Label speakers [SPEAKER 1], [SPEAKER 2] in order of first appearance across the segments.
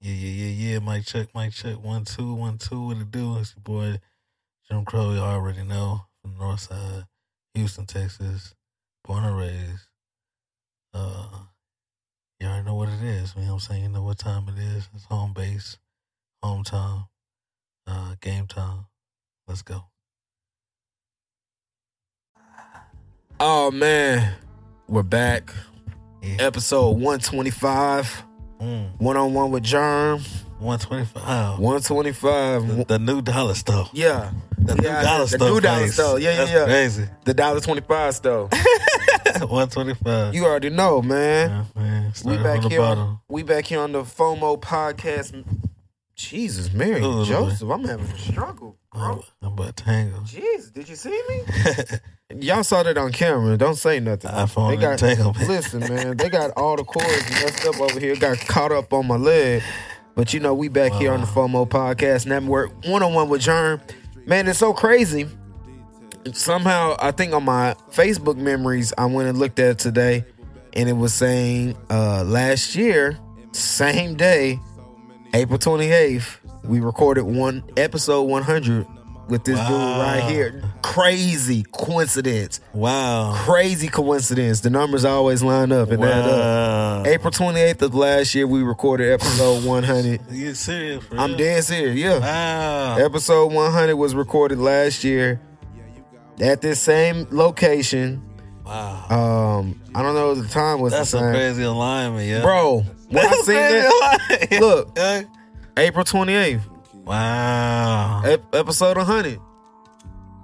[SPEAKER 1] Yeah, yeah, yeah, yeah. Mic check, mic check. One, two, one, two. What it do? It's your boy Jim Crow. You already know from the North Side, Houston, Texas. Born and raised. Uh, you already know what it is. You know what I'm saying? You know what time it is. It's home base, hometown, uh, game time. Let's go.
[SPEAKER 2] Oh man, we're back.
[SPEAKER 1] Yeah.
[SPEAKER 2] Episode 125,
[SPEAKER 1] Mm,
[SPEAKER 2] one on one with Germ.
[SPEAKER 1] 125.
[SPEAKER 2] 125.
[SPEAKER 1] The, the new dollar store.
[SPEAKER 2] yeah.
[SPEAKER 1] The new
[SPEAKER 2] Yeah,
[SPEAKER 1] dollar
[SPEAKER 2] the
[SPEAKER 1] store.
[SPEAKER 2] new dollar
[SPEAKER 1] face.
[SPEAKER 2] store. Yeah, yeah,
[SPEAKER 1] That's
[SPEAKER 2] yeah.
[SPEAKER 1] Crazy.
[SPEAKER 2] The dollar twenty five store.
[SPEAKER 1] 125.
[SPEAKER 2] You already know, man.
[SPEAKER 1] yeah, man.
[SPEAKER 2] we
[SPEAKER 1] Started
[SPEAKER 2] back
[SPEAKER 1] from the
[SPEAKER 2] here.
[SPEAKER 1] bottom.
[SPEAKER 2] On, we back here on the FOMO podcast. Jesus, Mary,
[SPEAKER 1] Ooh,
[SPEAKER 2] Joseph, I'm having a struggle,
[SPEAKER 1] I'm
[SPEAKER 2] bro.
[SPEAKER 1] I'm about to tangle.
[SPEAKER 2] Jeez, did you see me? Y'all saw that on camera. Don't say nothing.
[SPEAKER 1] iPhone
[SPEAKER 2] They
[SPEAKER 1] and
[SPEAKER 2] got-
[SPEAKER 1] tangle.
[SPEAKER 2] Listen, man, they got all the cords messed up over here. Got caught up on my leg. But you know, we back here on the FOMO Podcast Network, one on one with Germ. Man, it's so crazy. Somehow, I think on my Facebook memories, I went and looked at it today, and it was saying uh last year, same day, April 28th, we recorded one episode 100 with this dude
[SPEAKER 1] Wow.
[SPEAKER 2] right here. Crazy coincidence
[SPEAKER 1] Wow.
[SPEAKER 2] crazy coincidence. The numbers always line up and add
[SPEAKER 1] Wow.
[SPEAKER 2] up. April 28th of last year, we recorded episode 100.
[SPEAKER 1] You serious? For
[SPEAKER 2] I'm
[SPEAKER 1] real?
[SPEAKER 2] dead serious, yeah.
[SPEAKER 1] Wow.
[SPEAKER 2] Episode 100 was recorded last year at this same location.
[SPEAKER 1] Wow.
[SPEAKER 2] Um, I don't know what the time was
[SPEAKER 1] That's
[SPEAKER 2] the
[SPEAKER 1] a
[SPEAKER 2] same.
[SPEAKER 1] crazy alignment, yeah.
[SPEAKER 2] Bro, when I
[SPEAKER 1] That's a
[SPEAKER 2] seen
[SPEAKER 1] crazy
[SPEAKER 2] that,
[SPEAKER 1] alignment.
[SPEAKER 2] look,
[SPEAKER 1] Yeah.
[SPEAKER 2] April 28th,
[SPEAKER 1] Wow.
[SPEAKER 2] ep- episode 100,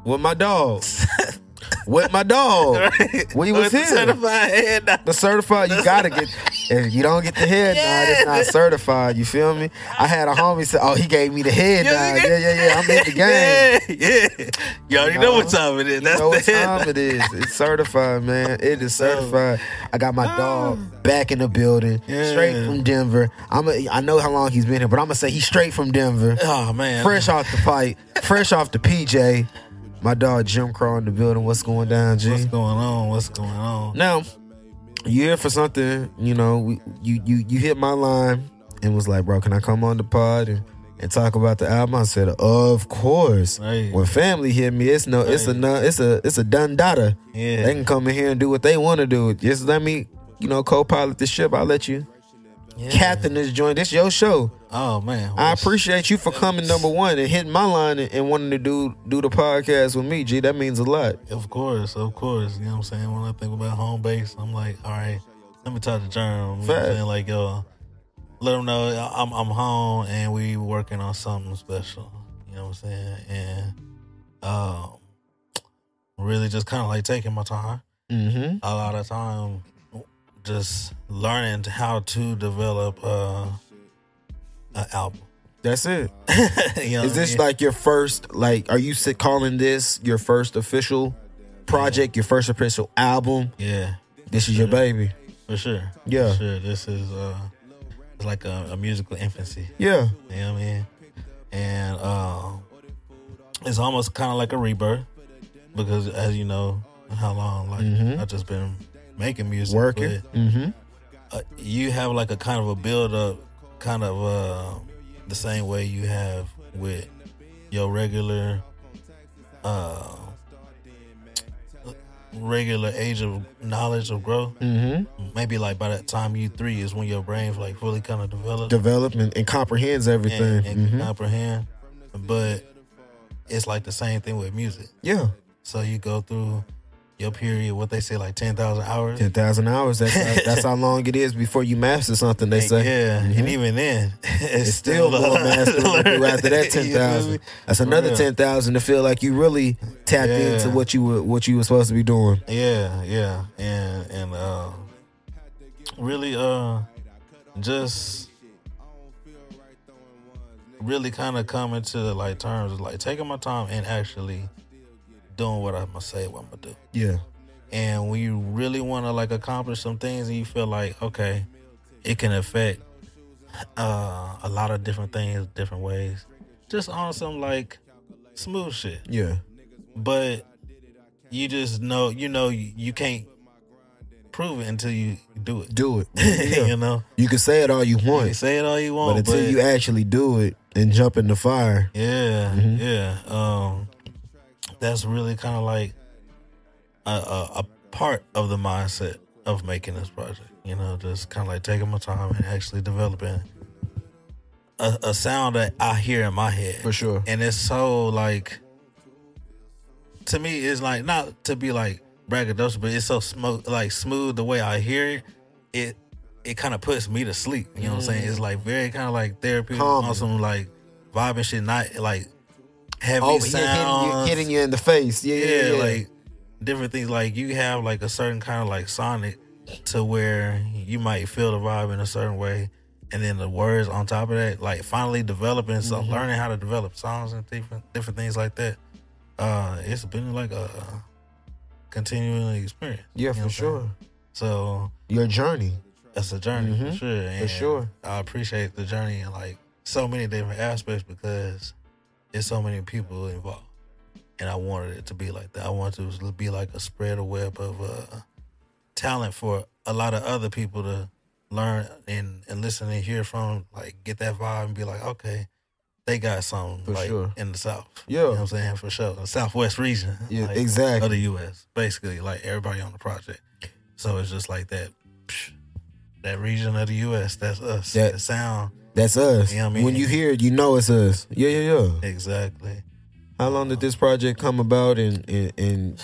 [SPEAKER 2] with my dog. with my dog. We was
[SPEAKER 1] With the
[SPEAKER 2] here.
[SPEAKER 1] Certified head nod.
[SPEAKER 2] The certified, you gotta get. If you don't get the head nod, it's not
[SPEAKER 1] Yes.
[SPEAKER 2] certified. You feel me? I had a homie say, "Oh, he gave me the head
[SPEAKER 1] Yeah, you
[SPEAKER 2] nod." Yeah,
[SPEAKER 1] got-
[SPEAKER 2] yeah, yeah. I'm in the game.
[SPEAKER 1] Yeah, yeah. You already know what time it is.
[SPEAKER 2] You
[SPEAKER 1] That's the
[SPEAKER 2] know what
[SPEAKER 1] head
[SPEAKER 2] time it is? It's certified, man. It is certified. I got my dog back in the building,
[SPEAKER 1] Oh. Yeah.
[SPEAKER 2] straight from Denver. I'm. A, I know how long he's been here, but I'm gonna say he's straight from Denver,
[SPEAKER 1] Oh man.
[SPEAKER 2] fresh off the fight, fresh off the PJ. My dog Jim Crow in the building. What's going down, G?
[SPEAKER 1] What's going on? What's going on?
[SPEAKER 2] Now, you here for something, you know, we, you you you hit my line and was like, bro, can I come on the pod and, and talk about the album? I said, of course.
[SPEAKER 1] Hey.
[SPEAKER 2] When family hit me, it's no, it's a no, it's a it's a done data.
[SPEAKER 1] Yeah.
[SPEAKER 2] They can come in here and do what they want to do. Just let me, you know, co-pilot the ship. I'll let you
[SPEAKER 1] Yeah.
[SPEAKER 2] captain this joint. This your show.
[SPEAKER 1] Oh man.
[SPEAKER 2] I appreciate you for coming number one and hitting my line and, and wanting to do do the podcast with me. G, that means a lot.
[SPEAKER 1] Of course, of course. You know what I'm saying? When I think about home base, I'm like, all right, let me talk to Germ. You know what
[SPEAKER 2] Fact.
[SPEAKER 1] I'm saying? Like, yo, let them know I- I'm, I'm home and we working on something special. You know what I'm saying? And um, really just kind of like taking my time.
[SPEAKER 2] Mm-hmm.
[SPEAKER 1] A lot of time just learning how to develop uh, an album.
[SPEAKER 2] That's it.
[SPEAKER 1] you know
[SPEAKER 2] Is
[SPEAKER 1] what I
[SPEAKER 2] this
[SPEAKER 1] mean?
[SPEAKER 2] like your first? Like, are you si- calling this your first official project? Your first official album?
[SPEAKER 1] Yeah.
[SPEAKER 2] This is your baby.
[SPEAKER 1] For sure.
[SPEAKER 2] Yeah.
[SPEAKER 1] For sure. This is uh it's like a, a musical infancy.
[SPEAKER 2] Yeah,
[SPEAKER 1] You know what I mean? And um it's almost kinda like a rebirth. Because as you know, how long like
[SPEAKER 2] Mhm.
[SPEAKER 1] I've just been making music.
[SPEAKER 2] working. Mm-hmm.
[SPEAKER 1] but, uh, you have like a kind of a build up kind of uh the same way you have with your regular uh regular age of knowledge of growth
[SPEAKER 2] Mm-hmm.
[SPEAKER 1] maybe like by that time you three is when your brain's like fully kind of developed
[SPEAKER 2] Development and comprehends everything.
[SPEAKER 1] and, uh, and can
[SPEAKER 2] Mhm.
[SPEAKER 1] comprehend. But it's like the same thing with music.
[SPEAKER 2] Yeah,
[SPEAKER 1] So you go through your period, what they say, like ten thousand hours.
[SPEAKER 2] ten thousand hours. That's how, that's how long it is before you master something. They
[SPEAKER 1] And
[SPEAKER 2] say.
[SPEAKER 1] yeah,
[SPEAKER 2] Mhm.
[SPEAKER 1] and even then, it's,
[SPEAKER 2] It's still
[SPEAKER 1] a
[SPEAKER 2] more
[SPEAKER 1] lot
[SPEAKER 2] mastering
[SPEAKER 1] to
[SPEAKER 2] to do
[SPEAKER 1] learn.
[SPEAKER 2] after that
[SPEAKER 1] You
[SPEAKER 2] ten
[SPEAKER 1] feel me?
[SPEAKER 2] thousand. That's another
[SPEAKER 1] real.
[SPEAKER 2] ten thousand to feel like you really tapped
[SPEAKER 1] Yeah.
[SPEAKER 2] into what you were what you were supposed to be doing.
[SPEAKER 1] Yeah, yeah, and and uh, really, uh, just really kind of coming to like terms, of, like taking my time and actually doing what I'm gonna say, what I'm gonna do.
[SPEAKER 2] Yeah,
[SPEAKER 1] And when you really want to like accomplish some things, and you feel like okay, it can affect uh a lot of different things, different ways. Just on some like smooth shit
[SPEAKER 2] yeah.
[SPEAKER 1] but you just know you know you, you can't prove it until you do it.
[SPEAKER 2] Do it. Yeah.
[SPEAKER 1] you know,
[SPEAKER 2] you can say it all you
[SPEAKER 1] you can
[SPEAKER 2] want,
[SPEAKER 1] say it all you
[SPEAKER 2] but
[SPEAKER 1] want, Oh, but,
[SPEAKER 2] until you actually do it and jump in the fire,
[SPEAKER 1] yeah,
[SPEAKER 2] Mhm.
[SPEAKER 1] yeah, um, that's really kind of like a, a, a part of the mindset of making this project. You know, just kind of like taking my time and actually developing a, a sound that I hear in my head.
[SPEAKER 2] sure.
[SPEAKER 1] and it's so like to me it's like not to be like braggadocious but it's so smooth like smooth the way i hear it it it kind of puts me to sleep you know what i'm saying it's like very kind of like therapeutic
[SPEAKER 2] Mm. Calming.
[SPEAKER 1] on some like vibe and shit not like heavy
[SPEAKER 2] Oh, yeah,
[SPEAKER 1] sounds
[SPEAKER 2] hitting you, hitting you in the face. Yeah, yeah,
[SPEAKER 1] yeah,
[SPEAKER 2] yeah.
[SPEAKER 1] like different things like you have like a certain kind of like sonic to where you might feel the vibe in a certain way and then the words on top of that like finally developing so
[SPEAKER 2] Mhm.
[SPEAKER 1] learning how to develop songs and different different things like that uh it's been like a continuing experience
[SPEAKER 2] yeah,
[SPEAKER 1] you know
[SPEAKER 2] for
[SPEAKER 1] what I'm saying?
[SPEAKER 2] sure.
[SPEAKER 1] so
[SPEAKER 2] Your journey.
[SPEAKER 1] that's a journey for
[SPEAKER 2] Mhm.
[SPEAKER 1] sure. and
[SPEAKER 2] sure.
[SPEAKER 1] I appreciate the journey in like so many different aspects because there's so many people involved. And I wanted it to be like that. I wanted it to be like a spread a web of uh, talent for a lot of other people to learn and, and listen and hear from, like get that vibe and be like, okay, they got something
[SPEAKER 2] For
[SPEAKER 1] like
[SPEAKER 2] sure.
[SPEAKER 1] in the South. You know what
[SPEAKER 2] Yeah,
[SPEAKER 1] I'm saying? For sure. The Southwest region.
[SPEAKER 2] yeah,
[SPEAKER 1] like, of
[SPEAKER 2] exactly.
[SPEAKER 1] the U.S. Basically, like everybody on the project. So it's just like that, psh, that region of the U.S. That's us.
[SPEAKER 2] That-
[SPEAKER 1] the sound
[SPEAKER 2] That's us.
[SPEAKER 1] You know what I mean?
[SPEAKER 2] When you hear it, you know it's us. Yeah, yeah, yeah.
[SPEAKER 1] exactly.
[SPEAKER 2] How long did this project come about and, and, and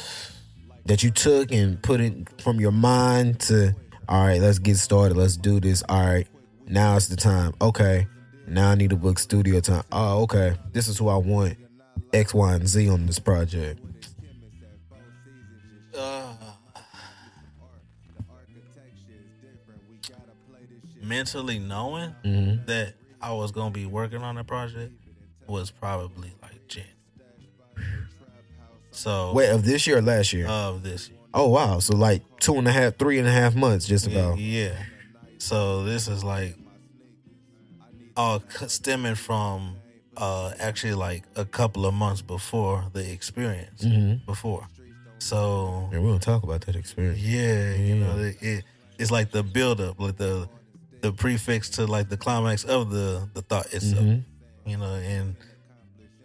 [SPEAKER 2] that you took and put it from your mind to, all right, let's get started. Let's do this. All right, now it's the time. Okay, now I need to book studio time. Oh, okay, this is who I want X, Y, and Z on this project.
[SPEAKER 1] Uh, mentally knowing
[SPEAKER 2] hmm
[SPEAKER 1] that I was gonna be working on the project was probably like Jan. So
[SPEAKER 2] Wait, of this year or last year?
[SPEAKER 1] of this year.
[SPEAKER 2] oh, wow. So like two and a half, three and a half months just about.
[SPEAKER 1] Yeah. So this is like all c- stemming from uh actually like a couple of months before the experience
[SPEAKER 2] hmm
[SPEAKER 1] before. So
[SPEAKER 2] And we're going to talk about that experience.
[SPEAKER 1] yeah, you
[SPEAKER 2] Yeah.
[SPEAKER 1] know, it, it, it's like the build up, like the the prefix to like the climax of the the thought itself,
[SPEAKER 2] Mhm.
[SPEAKER 1] you know, and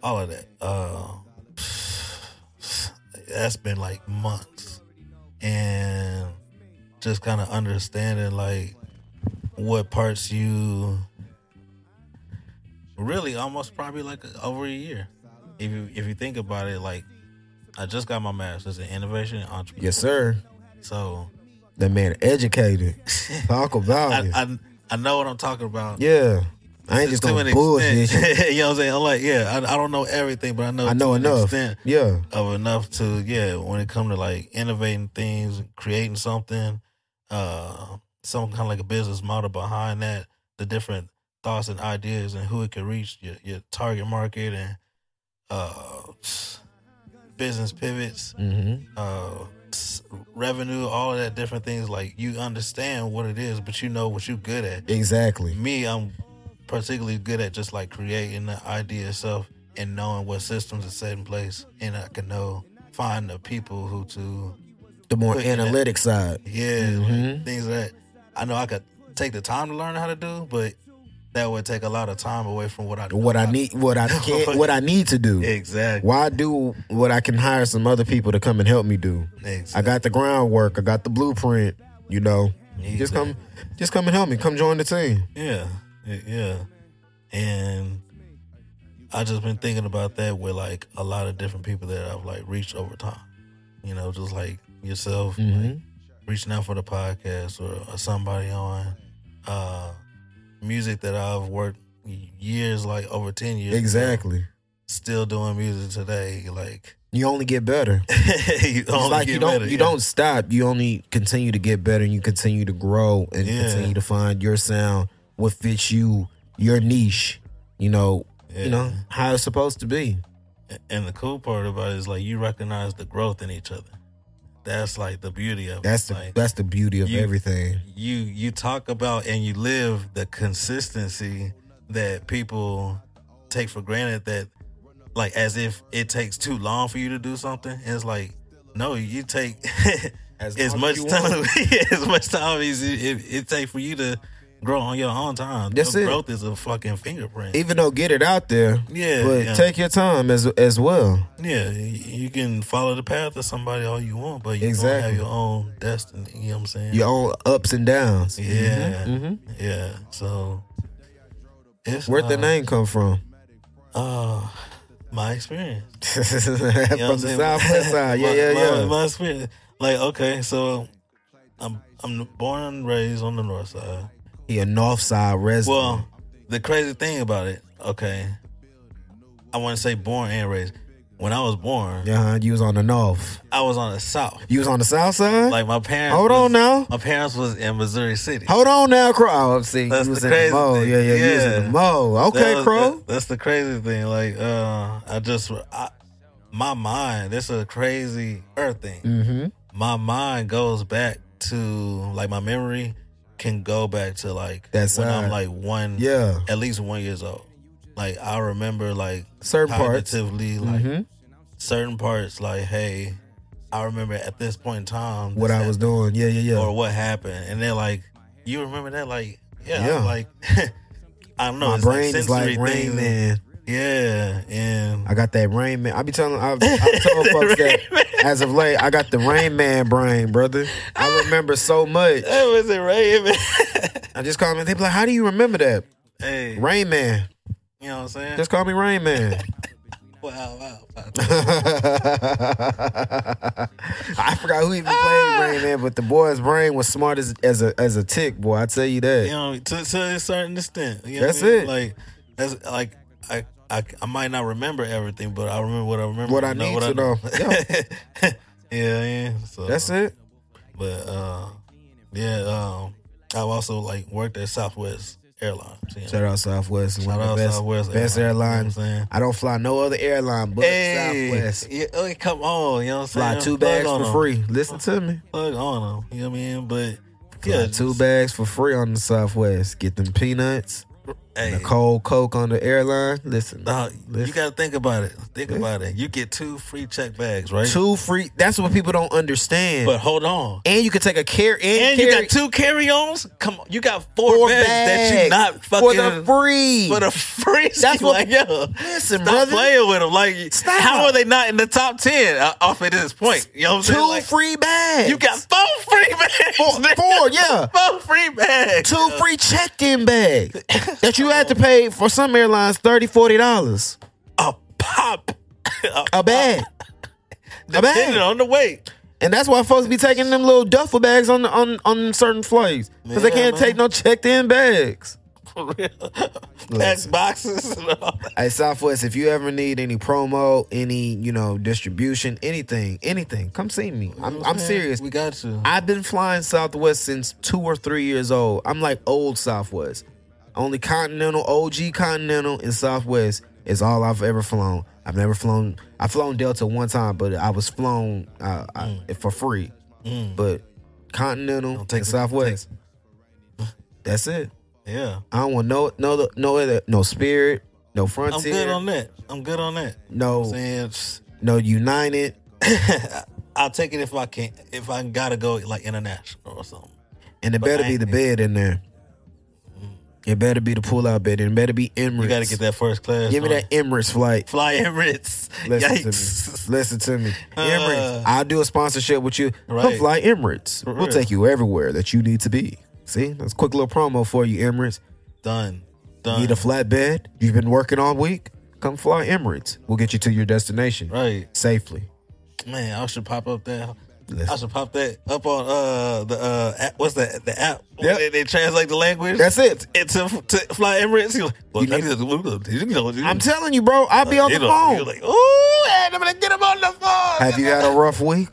[SPEAKER 1] all of that. Uh, that's been like months, and just kind of understanding like what parts you really almost probably like over a year. If you if you think about it, like I just got my master's in innovation and entrepreneurship.
[SPEAKER 2] Yes, sir.
[SPEAKER 1] So
[SPEAKER 2] That man educated. Talk about
[SPEAKER 1] I,
[SPEAKER 2] it.
[SPEAKER 1] I I know what I'm talking about.
[SPEAKER 2] Oh, Yeah. I ain't
[SPEAKER 1] It's
[SPEAKER 2] just
[SPEAKER 1] to
[SPEAKER 2] gonna
[SPEAKER 1] an
[SPEAKER 2] bullshit you.
[SPEAKER 1] extent. you know what I'm saying? I'm like, yeah, I, I don't know everything, but I know
[SPEAKER 2] I know
[SPEAKER 1] to an
[SPEAKER 2] enough.
[SPEAKER 1] extent
[SPEAKER 2] Yeah.
[SPEAKER 1] of enough to yeah. When it comes to like innovating things, creating something, uh, some kind of like a business model behind that, the different thoughts and ideas, and who it could reach, your your target market, and uh, business pivots.
[SPEAKER 2] Mm-hmm.
[SPEAKER 1] uh s- revenue all of that different things like you understand what it is but you know what you good at
[SPEAKER 2] Exactly.
[SPEAKER 1] me i'm particularly good at just like creating the idea itself and knowing what systems are set in place and i can know find the people who to
[SPEAKER 2] The more
[SPEAKER 1] Put it in.
[SPEAKER 2] analytic side.
[SPEAKER 1] yeah
[SPEAKER 2] Mhm.
[SPEAKER 1] like, things that i know i could take the time to learn how to do but that would take a lot of time away from what i know
[SPEAKER 2] What I
[SPEAKER 1] about-
[SPEAKER 2] need what I can't what I need to do.
[SPEAKER 1] exactly
[SPEAKER 2] Why do what I can hire some other people to come and help me do? I
[SPEAKER 1] exactly
[SPEAKER 2] got the groundwork, I got the blueprint, you know. Just come just come and help me. Come join the team.
[SPEAKER 1] Yeah, y- yeah. And I just been thinking about that with like a lot of different people that I've like reached over time. You know, just like yourself
[SPEAKER 2] Mm-hmm.
[SPEAKER 1] reaching out for the podcast or, or somebody on uh music that I've worked years like over 10 years ago,
[SPEAKER 2] Exactly.
[SPEAKER 1] still doing music today like
[SPEAKER 2] You only get better.
[SPEAKER 1] you
[SPEAKER 2] It's
[SPEAKER 1] only
[SPEAKER 2] like
[SPEAKER 1] get
[SPEAKER 2] you don't
[SPEAKER 1] better,
[SPEAKER 2] you
[SPEAKER 1] yeah.
[SPEAKER 2] don't stop. You only continue to get better and you continue to grow and
[SPEAKER 1] Yeah.
[SPEAKER 2] continue to find your sound, what fits you, your niche, you know,
[SPEAKER 1] Yeah.
[SPEAKER 2] you know, how it's supposed to be.
[SPEAKER 1] and the cool part about it is like you recognize the growth in each other that's like the beauty of
[SPEAKER 2] That's
[SPEAKER 1] it
[SPEAKER 2] the
[SPEAKER 1] like,
[SPEAKER 2] that's the beauty of
[SPEAKER 1] you-
[SPEAKER 2] everything.
[SPEAKER 1] you you talk about and you live the consistency that people take for granted that like as if it takes too long for you to do something it's like no you take
[SPEAKER 2] As,
[SPEAKER 1] as
[SPEAKER 2] long
[SPEAKER 1] much
[SPEAKER 2] you want.
[SPEAKER 1] time as much time as it, it, it takes for you to grow on your own time.
[SPEAKER 2] That's
[SPEAKER 1] Your
[SPEAKER 2] it.
[SPEAKER 1] Growth is a fucking fingerprint.
[SPEAKER 2] Even though get it out there,
[SPEAKER 1] yeah,
[SPEAKER 2] but
[SPEAKER 1] yeah.
[SPEAKER 2] take your time as as well.
[SPEAKER 1] Yeah, y- you can follow the path of somebody all you want, but you don't
[SPEAKER 2] Exactly.
[SPEAKER 1] have your own destiny. You know what I'm saying?
[SPEAKER 2] Your own ups and downs.
[SPEAKER 1] Yeah,
[SPEAKER 2] Mhm.
[SPEAKER 1] yeah. So it's
[SPEAKER 2] Where'd the
[SPEAKER 1] uh,
[SPEAKER 2] name come from?
[SPEAKER 1] Uh, my experience
[SPEAKER 2] From
[SPEAKER 1] You know what
[SPEAKER 2] the
[SPEAKER 1] I'm saying?
[SPEAKER 2] southwest side, yeah,
[SPEAKER 1] My-
[SPEAKER 2] yeah,
[SPEAKER 1] my-
[SPEAKER 2] yeah.
[SPEAKER 1] My experience, like okay, so I'm I'm born and raised on the north side.
[SPEAKER 2] He a north side resident.
[SPEAKER 1] Well, the crazy thing about it, okay, I want to say born and raised. When I was born,
[SPEAKER 2] yeah, you was on the north.
[SPEAKER 1] I was on the south.
[SPEAKER 2] You was on the south side.
[SPEAKER 1] Like my parents.
[SPEAKER 2] Hold on
[SPEAKER 1] was-
[SPEAKER 2] now.
[SPEAKER 1] My parents was in Missouri City.
[SPEAKER 2] Hold on now, Crow. Oh, see,
[SPEAKER 1] That's
[SPEAKER 2] you was
[SPEAKER 1] the
[SPEAKER 2] in the
[SPEAKER 1] crazy
[SPEAKER 2] mo.
[SPEAKER 1] thing.
[SPEAKER 2] Yeah, yeah, you was in the
[SPEAKER 1] Yeah.
[SPEAKER 2] mo. Okay,
[SPEAKER 1] That was-
[SPEAKER 2] Crow.
[SPEAKER 1] that- that's the crazy thing. Like, uh, I just, I, my mind. This is a crazy earth thing.
[SPEAKER 2] Mm-hmm.
[SPEAKER 1] My mind goes back to like my memory can go back to like
[SPEAKER 2] That's
[SPEAKER 1] when I'm
[SPEAKER 2] right.
[SPEAKER 1] like one,
[SPEAKER 2] Yeah,
[SPEAKER 1] at least one years old. Like I remember like
[SPEAKER 2] certain parts.
[SPEAKER 1] cognitively like
[SPEAKER 2] hmm
[SPEAKER 1] certain parts. Like, hey, I remember at this point in time
[SPEAKER 2] What
[SPEAKER 1] this
[SPEAKER 2] I was doing. Yeah, yeah, yeah.
[SPEAKER 1] or what happened, and they're like, "You remember that?" Like, yeah,
[SPEAKER 2] Yeah.
[SPEAKER 1] like I don't know.
[SPEAKER 2] My
[SPEAKER 1] it's like
[SPEAKER 2] brain is
[SPEAKER 1] sensory
[SPEAKER 2] like Rain
[SPEAKER 1] things.
[SPEAKER 2] Man.
[SPEAKER 1] Yeah, and
[SPEAKER 2] I got that Rain Man. I be telling, I've, I've told folks that as of late, I got the Rain Man brain, brother. I remember so much.
[SPEAKER 1] that was it, Rain Man.
[SPEAKER 2] I just call them. They be like, "How do you remember that?"
[SPEAKER 1] hey,
[SPEAKER 2] Rain Man.
[SPEAKER 1] you know what I'm saying?
[SPEAKER 2] Just call me Rain Man.
[SPEAKER 1] wow, wow, wow.
[SPEAKER 2] I forgot who even
[SPEAKER 1] Ah.
[SPEAKER 2] played Rain Man, but the boy's brain was smart as, as a as a tick, boy. I tell you
[SPEAKER 1] You
[SPEAKER 2] that.
[SPEAKER 1] know, to, to a certain extent. You know
[SPEAKER 2] That's
[SPEAKER 1] what I mean?
[SPEAKER 2] it.
[SPEAKER 1] Like that's like I. I, I might not remember everything, but I remember what I remember.
[SPEAKER 2] What I
[SPEAKER 1] you
[SPEAKER 2] need
[SPEAKER 1] what
[SPEAKER 2] to
[SPEAKER 1] yeah, yeah. So
[SPEAKER 2] That's it.
[SPEAKER 1] But uh, yeah, um, I've also like worked at Southwest Airlines. You know?
[SPEAKER 2] Shout out Southwest, one
[SPEAKER 1] Shout
[SPEAKER 2] of
[SPEAKER 1] out
[SPEAKER 2] the best,
[SPEAKER 1] Southwest
[SPEAKER 2] best
[SPEAKER 1] Airlines,
[SPEAKER 2] airlines.
[SPEAKER 1] you know what I'm saying?
[SPEAKER 2] I don't fly no other airline but Southwest.
[SPEAKER 1] yeah, okay, come on, you know what I'm saying?
[SPEAKER 2] Fly two
[SPEAKER 1] Plug
[SPEAKER 2] bags
[SPEAKER 1] on
[SPEAKER 2] for
[SPEAKER 1] 'em.
[SPEAKER 2] free. Listen to me.
[SPEAKER 1] Plug on them, you know what I mean? But
[SPEAKER 2] Yeah,
[SPEAKER 1] yeah,
[SPEAKER 2] two
[SPEAKER 1] just-
[SPEAKER 2] bags for free on the Southwest. Get them peanuts, and
[SPEAKER 1] Hey,
[SPEAKER 2] a cold Coke on the airline. Listen,
[SPEAKER 1] dog, Uh, you
[SPEAKER 2] listen.
[SPEAKER 1] got to think about it. Think about it. You get two free check bags, right?
[SPEAKER 2] two free. That's what people don't understand.
[SPEAKER 1] But hold on.
[SPEAKER 2] and you can take a care and,
[SPEAKER 1] And you
[SPEAKER 2] carry
[SPEAKER 1] got two carry-ons. Come on, you got four,
[SPEAKER 2] four
[SPEAKER 1] bags, that you
[SPEAKER 2] bags
[SPEAKER 1] not
[SPEAKER 2] for
[SPEAKER 1] fucking
[SPEAKER 2] the free.
[SPEAKER 1] for the free.
[SPEAKER 2] That's what-
[SPEAKER 1] like, yo,
[SPEAKER 2] Listen,
[SPEAKER 1] stop
[SPEAKER 2] brother.
[SPEAKER 1] playing with them. Like,
[SPEAKER 2] Stop.
[SPEAKER 1] how are they not in the top ten uh, off at this point? You know what I'm
[SPEAKER 2] two
[SPEAKER 1] saying? Like,
[SPEAKER 2] free bags.
[SPEAKER 1] you got four free bags.
[SPEAKER 2] four,
[SPEAKER 1] nigga.
[SPEAKER 2] four yeah.
[SPEAKER 1] Four free bags.
[SPEAKER 2] Two free checked-in bags that you had to pay for some airlines $30, $40
[SPEAKER 1] a pop.
[SPEAKER 2] a bag. A
[SPEAKER 1] Depending
[SPEAKER 2] bag.
[SPEAKER 1] on the weight.
[SPEAKER 2] And that's why folks be taking them little duffel bags on on, on certain flights. Because they
[SPEAKER 1] Yeah,
[SPEAKER 2] can't
[SPEAKER 1] man.
[SPEAKER 2] take no checked-in bags.
[SPEAKER 1] For real. Pack boxes and all that.
[SPEAKER 2] Hey Southwest, if you ever need any promo, any you know distribution, anything, anything, come see me. I'm, I'm serious.
[SPEAKER 1] We got you.
[SPEAKER 2] I've been flying Southwest since two or three years old. I'm like old Southwest. Only Continental, OG Continental, and Southwest is all I've ever flown. I've never flown. I've flown Delta one time, but I was flown uh, I, for free. But Continental
[SPEAKER 1] Mm. take
[SPEAKER 2] and
[SPEAKER 1] the-
[SPEAKER 2] Southwest. That's it.
[SPEAKER 1] Yeah.
[SPEAKER 2] I don't want no no no other no Spirit, no
[SPEAKER 1] I'm good
[SPEAKER 2] Frontier,
[SPEAKER 1] on that. I'm good on that.
[SPEAKER 2] no
[SPEAKER 1] Saying, psst,
[SPEAKER 2] no United.
[SPEAKER 1] I'll take it if I can if I gotta go like international or something.
[SPEAKER 2] And it
[SPEAKER 1] But
[SPEAKER 2] better
[SPEAKER 1] I-
[SPEAKER 2] be the bed in there. It better be the pull out bed. And it better be Emirates.
[SPEAKER 1] Mm. You gotta get that first class.
[SPEAKER 2] Give me
[SPEAKER 1] huh?
[SPEAKER 2] that Emirates flight.
[SPEAKER 1] Fly Emirates.
[SPEAKER 2] Listen
[SPEAKER 1] Yikes.
[SPEAKER 2] to me. Listen to me. Emirates.
[SPEAKER 1] Uh,
[SPEAKER 2] I'll do a sponsorship with you. Come
[SPEAKER 1] Right.
[SPEAKER 2] fly Emirates.
[SPEAKER 1] For
[SPEAKER 2] We'll
[SPEAKER 1] real.
[SPEAKER 2] take you everywhere that you need to be. See? That's a quick little promo for you, Emirates.
[SPEAKER 1] Done. Done.
[SPEAKER 2] Need a flat bed? You've been working all week? Come fly Emirates. We'll get you to your destination
[SPEAKER 1] right.
[SPEAKER 2] safely.
[SPEAKER 1] Man, I should pop up that.
[SPEAKER 2] Listen.
[SPEAKER 1] I should pop that up on uh the uh app, what's that the app where
[SPEAKER 2] Yep.
[SPEAKER 1] they, they translate the language.
[SPEAKER 2] That's it.
[SPEAKER 1] and to, to fly Emirates. He's like, well,
[SPEAKER 2] You
[SPEAKER 1] you
[SPEAKER 2] need-
[SPEAKER 1] you know, you
[SPEAKER 2] I'm telling you, bro. I'll be on the
[SPEAKER 1] you know,
[SPEAKER 2] phone.
[SPEAKER 1] You're like, ooh, and I'm gonna get him on the phone.
[SPEAKER 2] Have you had a rough week?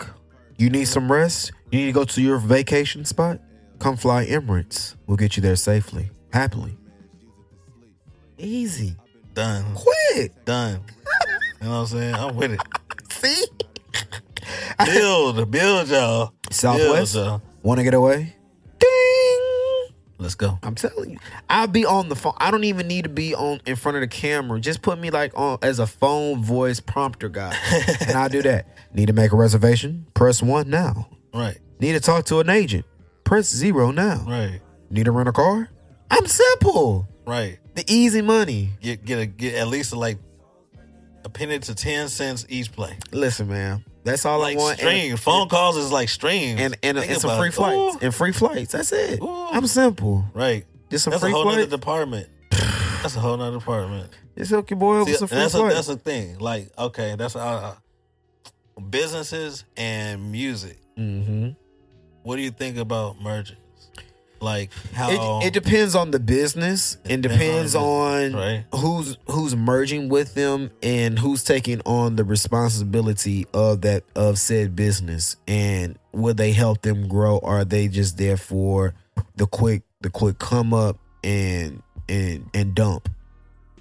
[SPEAKER 2] You need some rest? You need to go to your vacation spot? Come fly Emirates. We'll get you there safely, happily. Easy.
[SPEAKER 1] done?
[SPEAKER 2] Quick.
[SPEAKER 1] Done. You know what I'm saying? I'm with it.
[SPEAKER 2] See?
[SPEAKER 1] Build, build, y'all.
[SPEAKER 2] Southwest.
[SPEAKER 1] Build, y'all.
[SPEAKER 2] Want to get away? Ding!
[SPEAKER 1] Let's go.
[SPEAKER 2] I'm telling you. I'll be on the phone. I don't even need to be on in front of the camera. Just put me like on as a phone voice prompter guy. and I'll do that. Need to make a reservation? Press one now.
[SPEAKER 1] Right.
[SPEAKER 2] Need to talk to an agent. Press zero now.
[SPEAKER 1] Right.
[SPEAKER 2] Need to rent a car? I'm simple.
[SPEAKER 1] Right.
[SPEAKER 2] The easy money.
[SPEAKER 1] Get get a get at least a, like a penny to ten cents each play.
[SPEAKER 2] Listen, man. That's all
[SPEAKER 1] like
[SPEAKER 2] I want.
[SPEAKER 1] stream.
[SPEAKER 2] And,
[SPEAKER 1] Phone calls is like stream.
[SPEAKER 2] and, and,
[SPEAKER 1] Think
[SPEAKER 2] and some
[SPEAKER 1] about
[SPEAKER 2] free
[SPEAKER 1] it.
[SPEAKER 2] flights.
[SPEAKER 1] Ooh.
[SPEAKER 2] And free flights. That's it.
[SPEAKER 1] Ooh.
[SPEAKER 2] I'm simple.
[SPEAKER 1] Right.
[SPEAKER 2] Just some
[SPEAKER 1] That's a
[SPEAKER 2] free
[SPEAKER 1] whole nother
[SPEAKER 2] flight.
[SPEAKER 1] department. That's a whole nother department.
[SPEAKER 2] Just hook your boy up
[SPEAKER 1] See,
[SPEAKER 2] with some
[SPEAKER 1] and
[SPEAKER 2] free
[SPEAKER 1] that's a,
[SPEAKER 2] flights.
[SPEAKER 1] that's a thing. Like, okay, that's uh, uh, businesses and music.
[SPEAKER 2] mm-hmm.
[SPEAKER 1] What do you think about mergers? Like how
[SPEAKER 2] It, it depends on the business and
[SPEAKER 1] Depends
[SPEAKER 2] depends
[SPEAKER 1] on
[SPEAKER 2] on
[SPEAKER 1] right?
[SPEAKER 2] who's who's merging with them and who's taking on the responsibility of that of said business and will they help them grow or are they just there for the quick the quick come up and and and dump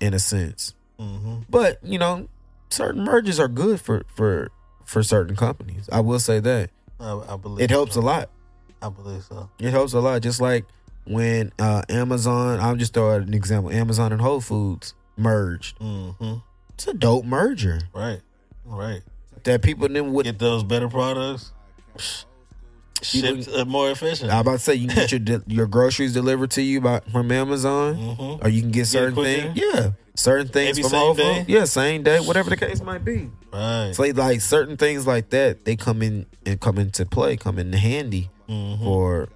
[SPEAKER 2] in a sense
[SPEAKER 1] hmm
[SPEAKER 2] but you know certain mergers are good for for for certain companies i will say that
[SPEAKER 1] I, I believe
[SPEAKER 2] it helps
[SPEAKER 1] so.
[SPEAKER 2] a lot
[SPEAKER 1] I believe so.
[SPEAKER 2] it helps a lot. Just like when uh, Amazon, I'm just throw out an example. Amazon and Whole Foods merged.
[SPEAKER 1] hmm
[SPEAKER 2] It's a dope merger
[SPEAKER 1] Right, right.
[SPEAKER 2] that people then would.
[SPEAKER 1] Get those better products. Shipped uh, more efficient.
[SPEAKER 2] I'm about to say you can get your de- your groceries delivered to you by from Amazon,
[SPEAKER 1] hmm
[SPEAKER 2] or you can get certain
[SPEAKER 1] quicker?
[SPEAKER 2] things. Yeah, certain things
[SPEAKER 1] Maybe
[SPEAKER 2] from
[SPEAKER 1] same
[SPEAKER 2] Whole
[SPEAKER 1] day?
[SPEAKER 2] Foods. Yeah, same day, whatever the case might be.
[SPEAKER 1] Right.
[SPEAKER 2] So like certain things like that, they come in and come into play, come in handy
[SPEAKER 1] hmm
[SPEAKER 2] for.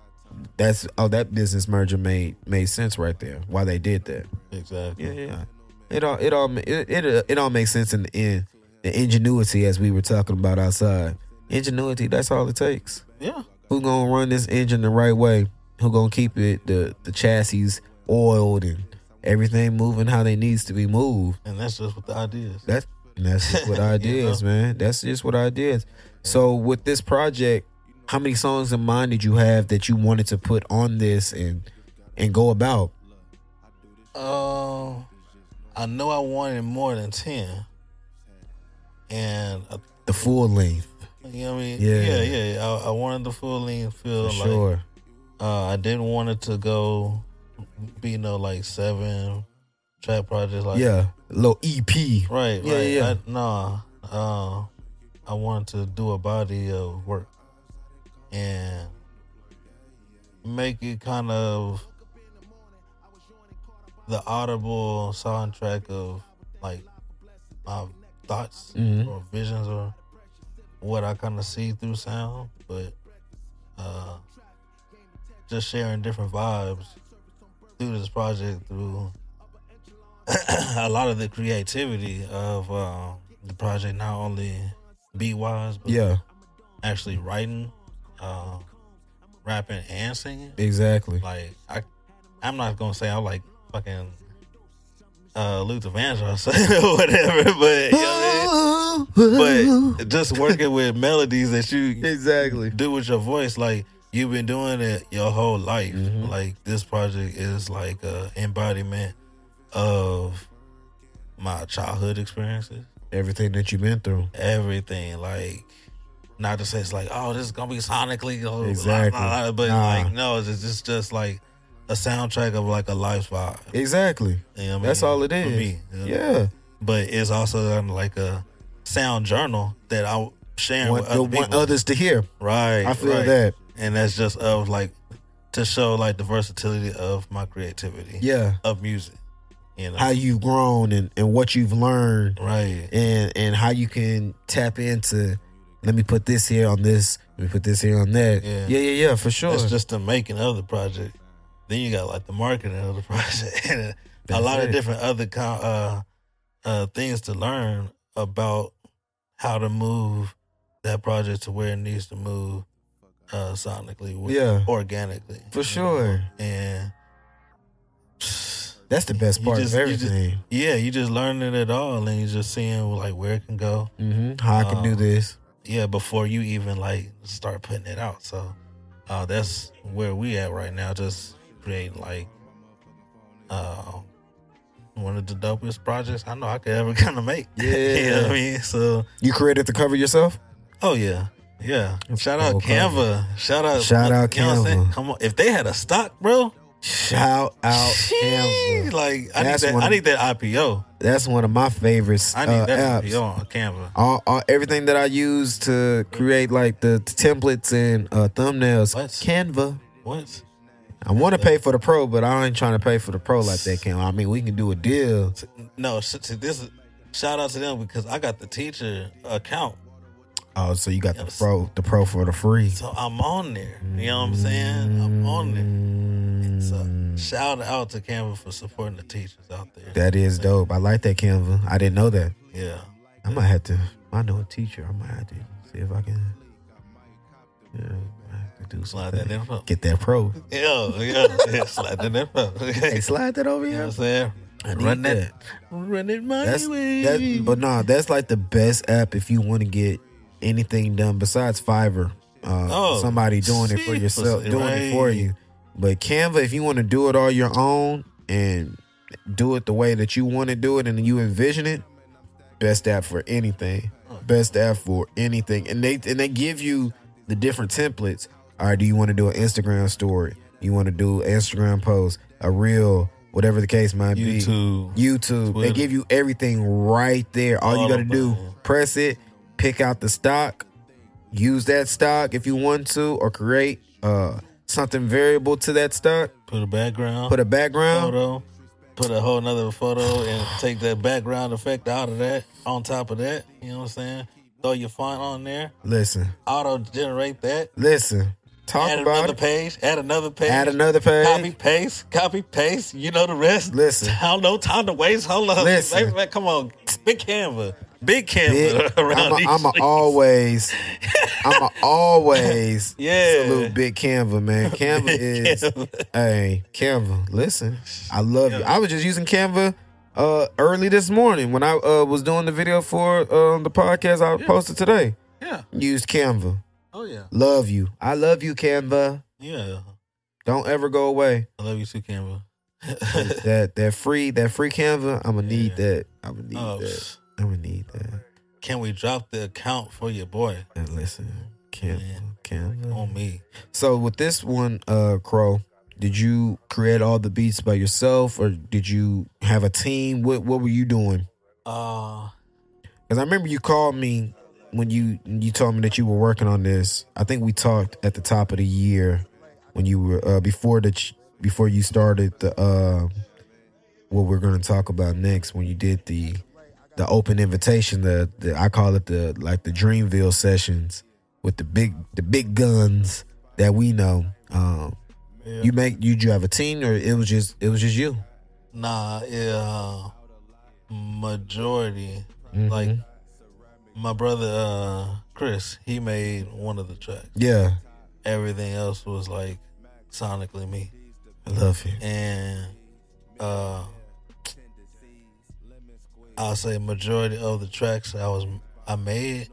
[SPEAKER 2] That's oh, that business merger made made sense right there. Why they did that.
[SPEAKER 1] Exactly.
[SPEAKER 2] yeah, yeah. It all, it all, it, it, it all makes sense in the end. The ingenuity, as we were talking about outside, ingenuity. That's all it takes.
[SPEAKER 1] Yeah.
[SPEAKER 2] Who gonna run this engine the right way? Who gonna keep it the the chassis oiled and everything moving how they needs to be moved?
[SPEAKER 1] And that's just with the ideas.
[SPEAKER 2] That's and that's just what ideas, man. That's just what ideas. So with this project, how many songs in mind did you have that you wanted to put on this and and go about?
[SPEAKER 1] Um, I know I wanted more than ten, and I,
[SPEAKER 2] The full length,
[SPEAKER 1] you know what I mean.
[SPEAKER 2] Yeah.
[SPEAKER 1] yeah, yeah. yeah. I, I wanted the full length feel.
[SPEAKER 2] for
[SPEAKER 1] like,
[SPEAKER 2] sure.
[SPEAKER 1] Uh, I didn't want it to go, be no like seven track projects. Like
[SPEAKER 2] Yeah, little E EP.
[SPEAKER 1] right,
[SPEAKER 2] Yeah,
[SPEAKER 1] right.
[SPEAKER 2] yeah.
[SPEAKER 1] I, nah, uh, I wanted to do a body of work and make it kind of the audible soundtrack of like my thoughts
[SPEAKER 2] Mhm.
[SPEAKER 1] or visions or what I kind of see through sound, but uh, just sharing different vibes through this project through a lot of the creativity of uh, the project, not only beat wise, but
[SPEAKER 2] Yeah,
[SPEAKER 1] actually writing, uh, rapping, and singing.
[SPEAKER 2] exactly.
[SPEAKER 1] Like I, I'm not gonna say I'm like fucking uh, Luther Vandross or whatever, but. You know what I mean? but just working with melodies that you
[SPEAKER 2] exactly.
[SPEAKER 1] do with your voice, like you've been doing it your whole life.
[SPEAKER 2] Mhm.
[SPEAKER 1] Like this project is like a embodiment of my childhood experiences,
[SPEAKER 2] Everything that you've been through.
[SPEAKER 1] everything. Like not to say it's like, oh, this is gonna be sonically, oh,
[SPEAKER 2] Exactly.
[SPEAKER 1] blah, blah, blah, but
[SPEAKER 2] Nah.
[SPEAKER 1] like no, it's just, it's just like a soundtrack of like a life vibe.
[SPEAKER 2] Exactly.
[SPEAKER 1] You know what I
[SPEAKER 2] That's
[SPEAKER 1] mean?
[SPEAKER 2] all it is.
[SPEAKER 1] For me, you know?
[SPEAKER 2] Yeah.
[SPEAKER 1] but it's also um, like a sound journal that I'm sharing
[SPEAKER 2] Want,
[SPEAKER 1] with other
[SPEAKER 2] want
[SPEAKER 1] people.
[SPEAKER 2] others to hear.
[SPEAKER 1] right,
[SPEAKER 2] I feel
[SPEAKER 1] right.
[SPEAKER 2] that.
[SPEAKER 1] and that's just of like to show like the versatility of my creativity
[SPEAKER 2] Yeah.
[SPEAKER 1] of music, you know,
[SPEAKER 2] How you've grown and, and what you've learned
[SPEAKER 1] right,
[SPEAKER 2] and and how you can tap into. Let me put this here on this. Let me put this here on that.
[SPEAKER 1] Yeah.
[SPEAKER 2] yeah, yeah, yeah for sure.
[SPEAKER 1] That's just the making of the project. Then you got like the marketing of the project and a
[SPEAKER 2] That's
[SPEAKER 1] lot of
[SPEAKER 2] it.
[SPEAKER 1] different other co- uh, uh, things to learn about how to move that project to where it needs to move uh, sonically, with,
[SPEAKER 2] Yeah.
[SPEAKER 1] organically,
[SPEAKER 2] For
[SPEAKER 1] you know?
[SPEAKER 2] sure.
[SPEAKER 1] And
[SPEAKER 2] That's the best
[SPEAKER 1] You
[SPEAKER 2] part
[SPEAKER 1] just-
[SPEAKER 2] of
[SPEAKER 1] you just-
[SPEAKER 2] everything.
[SPEAKER 1] yeah, you just learning it all, and you just seeing like where it can go.
[SPEAKER 2] hmm How I can do
[SPEAKER 1] Um,
[SPEAKER 2] this.
[SPEAKER 1] yeah before you even like start putting it out so uh that's where we at right now just creating like uh one of the dopest projects I know I could ever kind of make. you know what I
[SPEAKER 2] Yeah.
[SPEAKER 1] mean? So,
[SPEAKER 2] You created the cover yourself.
[SPEAKER 1] oh yeah, yeah.
[SPEAKER 2] That's
[SPEAKER 1] Shout out
[SPEAKER 2] cool,
[SPEAKER 1] Canva. Shout out,
[SPEAKER 2] Shout out
[SPEAKER 1] you know what I'm saying?
[SPEAKER 2] Canva.
[SPEAKER 1] Come on, if they had a stock, bro,
[SPEAKER 2] Shout out
[SPEAKER 1] Sheesh,
[SPEAKER 2] Canva.
[SPEAKER 1] like I need
[SPEAKER 2] That's
[SPEAKER 1] that.
[SPEAKER 2] one
[SPEAKER 1] I
[SPEAKER 2] of-
[SPEAKER 1] need that IPO.
[SPEAKER 2] That's one of my favorites.
[SPEAKER 1] I need
[SPEAKER 2] uh,
[SPEAKER 1] that
[SPEAKER 2] apps.
[SPEAKER 1] IPO on Canva.
[SPEAKER 2] All, all, everything that I use to create like the, the templates and uh, thumbnails,
[SPEAKER 1] What?
[SPEAKER 2] Canva.
[SPEAKER 1] What?
[SPEAKER 2] I want to pay for the pro, but I ain't trying to pay for the pro like that, Canva. I mean, we can do a deal.
[SPEAKER 1] No, sh- to this is- shout out to them because I got the teacher account,
[SPEAKER 2] Oh, so you got the
[SPEAKER 1] Yes.
[SPEAKER 2] pro, the pro for the free.
[SPEAKER 1] so I'm on there. You know what I'm saying? I'm on there.
[SPEAKER 2] Mm,
[SPEAKER 1] So shout out to Canva for supporting the teachers out there.
[SPEAKER 2] That is dope. I like that Canva. I didn't know that.
[SPEAKER 1] yeah,
[SPEAKER 2] I might have to. I know a teacher. I might have to see if I can. Yeah, I have to do
[SPEAKER 1] slide that
[SPEAKER 2] something.
[SPEAKER 1] in front.
[SPEAKER 2] Get that pro.
[SPEAKER 1] Yeah, yeah, yeah, slide that in front.
[SPEAKER 2] Hey, slide that over
[SPEAKER 1] You know what
[SPEAKER 2] here.
[SPEAKER 1] I'm saying?
[SPEAKER 2] need
[SPEAKER 1] Run that, run it my
[SPEAKER 2] That's
[SPEAKER 1] way.
[SPEAKER 2] that. But nah, that's like the best app if you want to get anything done besides Fiverr. Uh,
[SPEAKER 1] Oh,
[SPEAKER 2] somebody doing it for yourself,
[SPEAKER 1] seriously,
[SPEAKER 2] doing it for
[SPEAKER 1] right.
[SPEAKER 2] you. But Canva, if you want to do it all your own and do it the way that you want to do it and you envision it, best app for anything. Best app for anything, and they and they give you the different templates. All right, do you want to do an Instagram story? You want to do an Instagram post, a reel, whatever the case might be.
[SPEAKER 1] YouTube.
[SPEAKER 2] YouTube. They
[SPEAKER 1] Twitter.
[SPEAKER 2] give you everything right there. All you
[SPEAKER 1] All
[SPEAKER 2] got to
[SPEAKER 1] of
[SPEAKER 2] do,
[SPEAKER 1] it.
[SPEAKER 2] press it, pick out the stock, use that stock if you want to, or create uh, something variable to that stock.
[SPEAKER 1] Put a background.
[SPEAKER 2] Put a background.
[SPEAKER 1] photo, put a whole nother photo and take that background effect out of that. On top of that, you know what I'm saying? Throw your font on there,
[SPEAKER 2] Listen,
[SPEAKER 1] auto generate that.
[SPEAKER 2] listen. Talk
[SPEAKER 1] Add
[SPEAKER 2] about
[SPEAKER 1] another
[SPEAKER 2] it.
[SPEAKER 1] page. Add another page.
[SPEAKER 2] Add another page.
[SPEAKER 1] Copy paste. Copy paste. You know the rest.
[SPEAKER 2] Listen.
[SPEAKER 1] I don't know. Time to waste. Hold up.
[SPEAKER 2] Listen.
[SPEAKER 1] Wait, wait, come on. Big Canva. Big Canva
[SPEAKER 2] Big-
[SPEAKER 1] around
[SPEAKER 2] I'm a,
[SPEAKER 1] these
[SPEAKER 2] I'm a
[SPEAKER 1] streets.
[SPEAKER 2] always, I'm a always
[SPEAKER 1] Yeah.
[SPEAKER 2] salute Big Canva, man. Canva is, hey, Canva. Listen, I love you. I was just using Canva uh, early this morning when I uh, was doing the video for um, the podcast I posted today.
[SPEAKER 1] Yeah.
[SPEAKER 2] Used Canva.
[SPEAKER 1] Oh yeah.
[SPEAKER 2] Love you. I love you, Canva.
[SPEAKER 1] Yeah.
[SPEAKER 2] Don't ever go away.
[SPEAKER 1] I love you too, Canva.
[SPEAKER 2] that that free that free Canva. I'm gonna need that. I'm gonna need
[SPEAKER 1] Oh,
[SPEAKER 2] that. I'm gonna need that.
[SPEAKER 1] can we drop the account for your boy?
[SPEAKER 2] And listen, Canva, Canva.
[SPEAKER 1] On me.
[SPEAKER 2] So with this one, uh, Crow, did you create all the beats by yourself, or did you have a team? What What were you doing?
[SPEAKER 1] Uh
[SPEAKER 2] Because I remember you called me when you you told me that you were working on this. I think we talked at the top of the year when you were uh, before the ch- before you started the uh, what we're going to talk about next when you did the the open invitation the, the I call it the like the Dreamville sessions with the big the big guns that we know. Um,
[SPEAKER 1] Yeah.
[SPEAKER 2] You make you you have a team or it was just it was just you.
[SPEAKER 1] Nah, yeah. uh, Majority. Like
[SPEAKER 2] Mm-hmm.
[SPEAKER 1] my brother uh Chris, he made one of the tracks.
[SPEAKER 2] Yeah,
[SPEAKER 1] Everything else was like sonically me.
[SPEAKER 2] I love you.
[SPEAKER 1] And uh I'll say majority of the tracks I was I made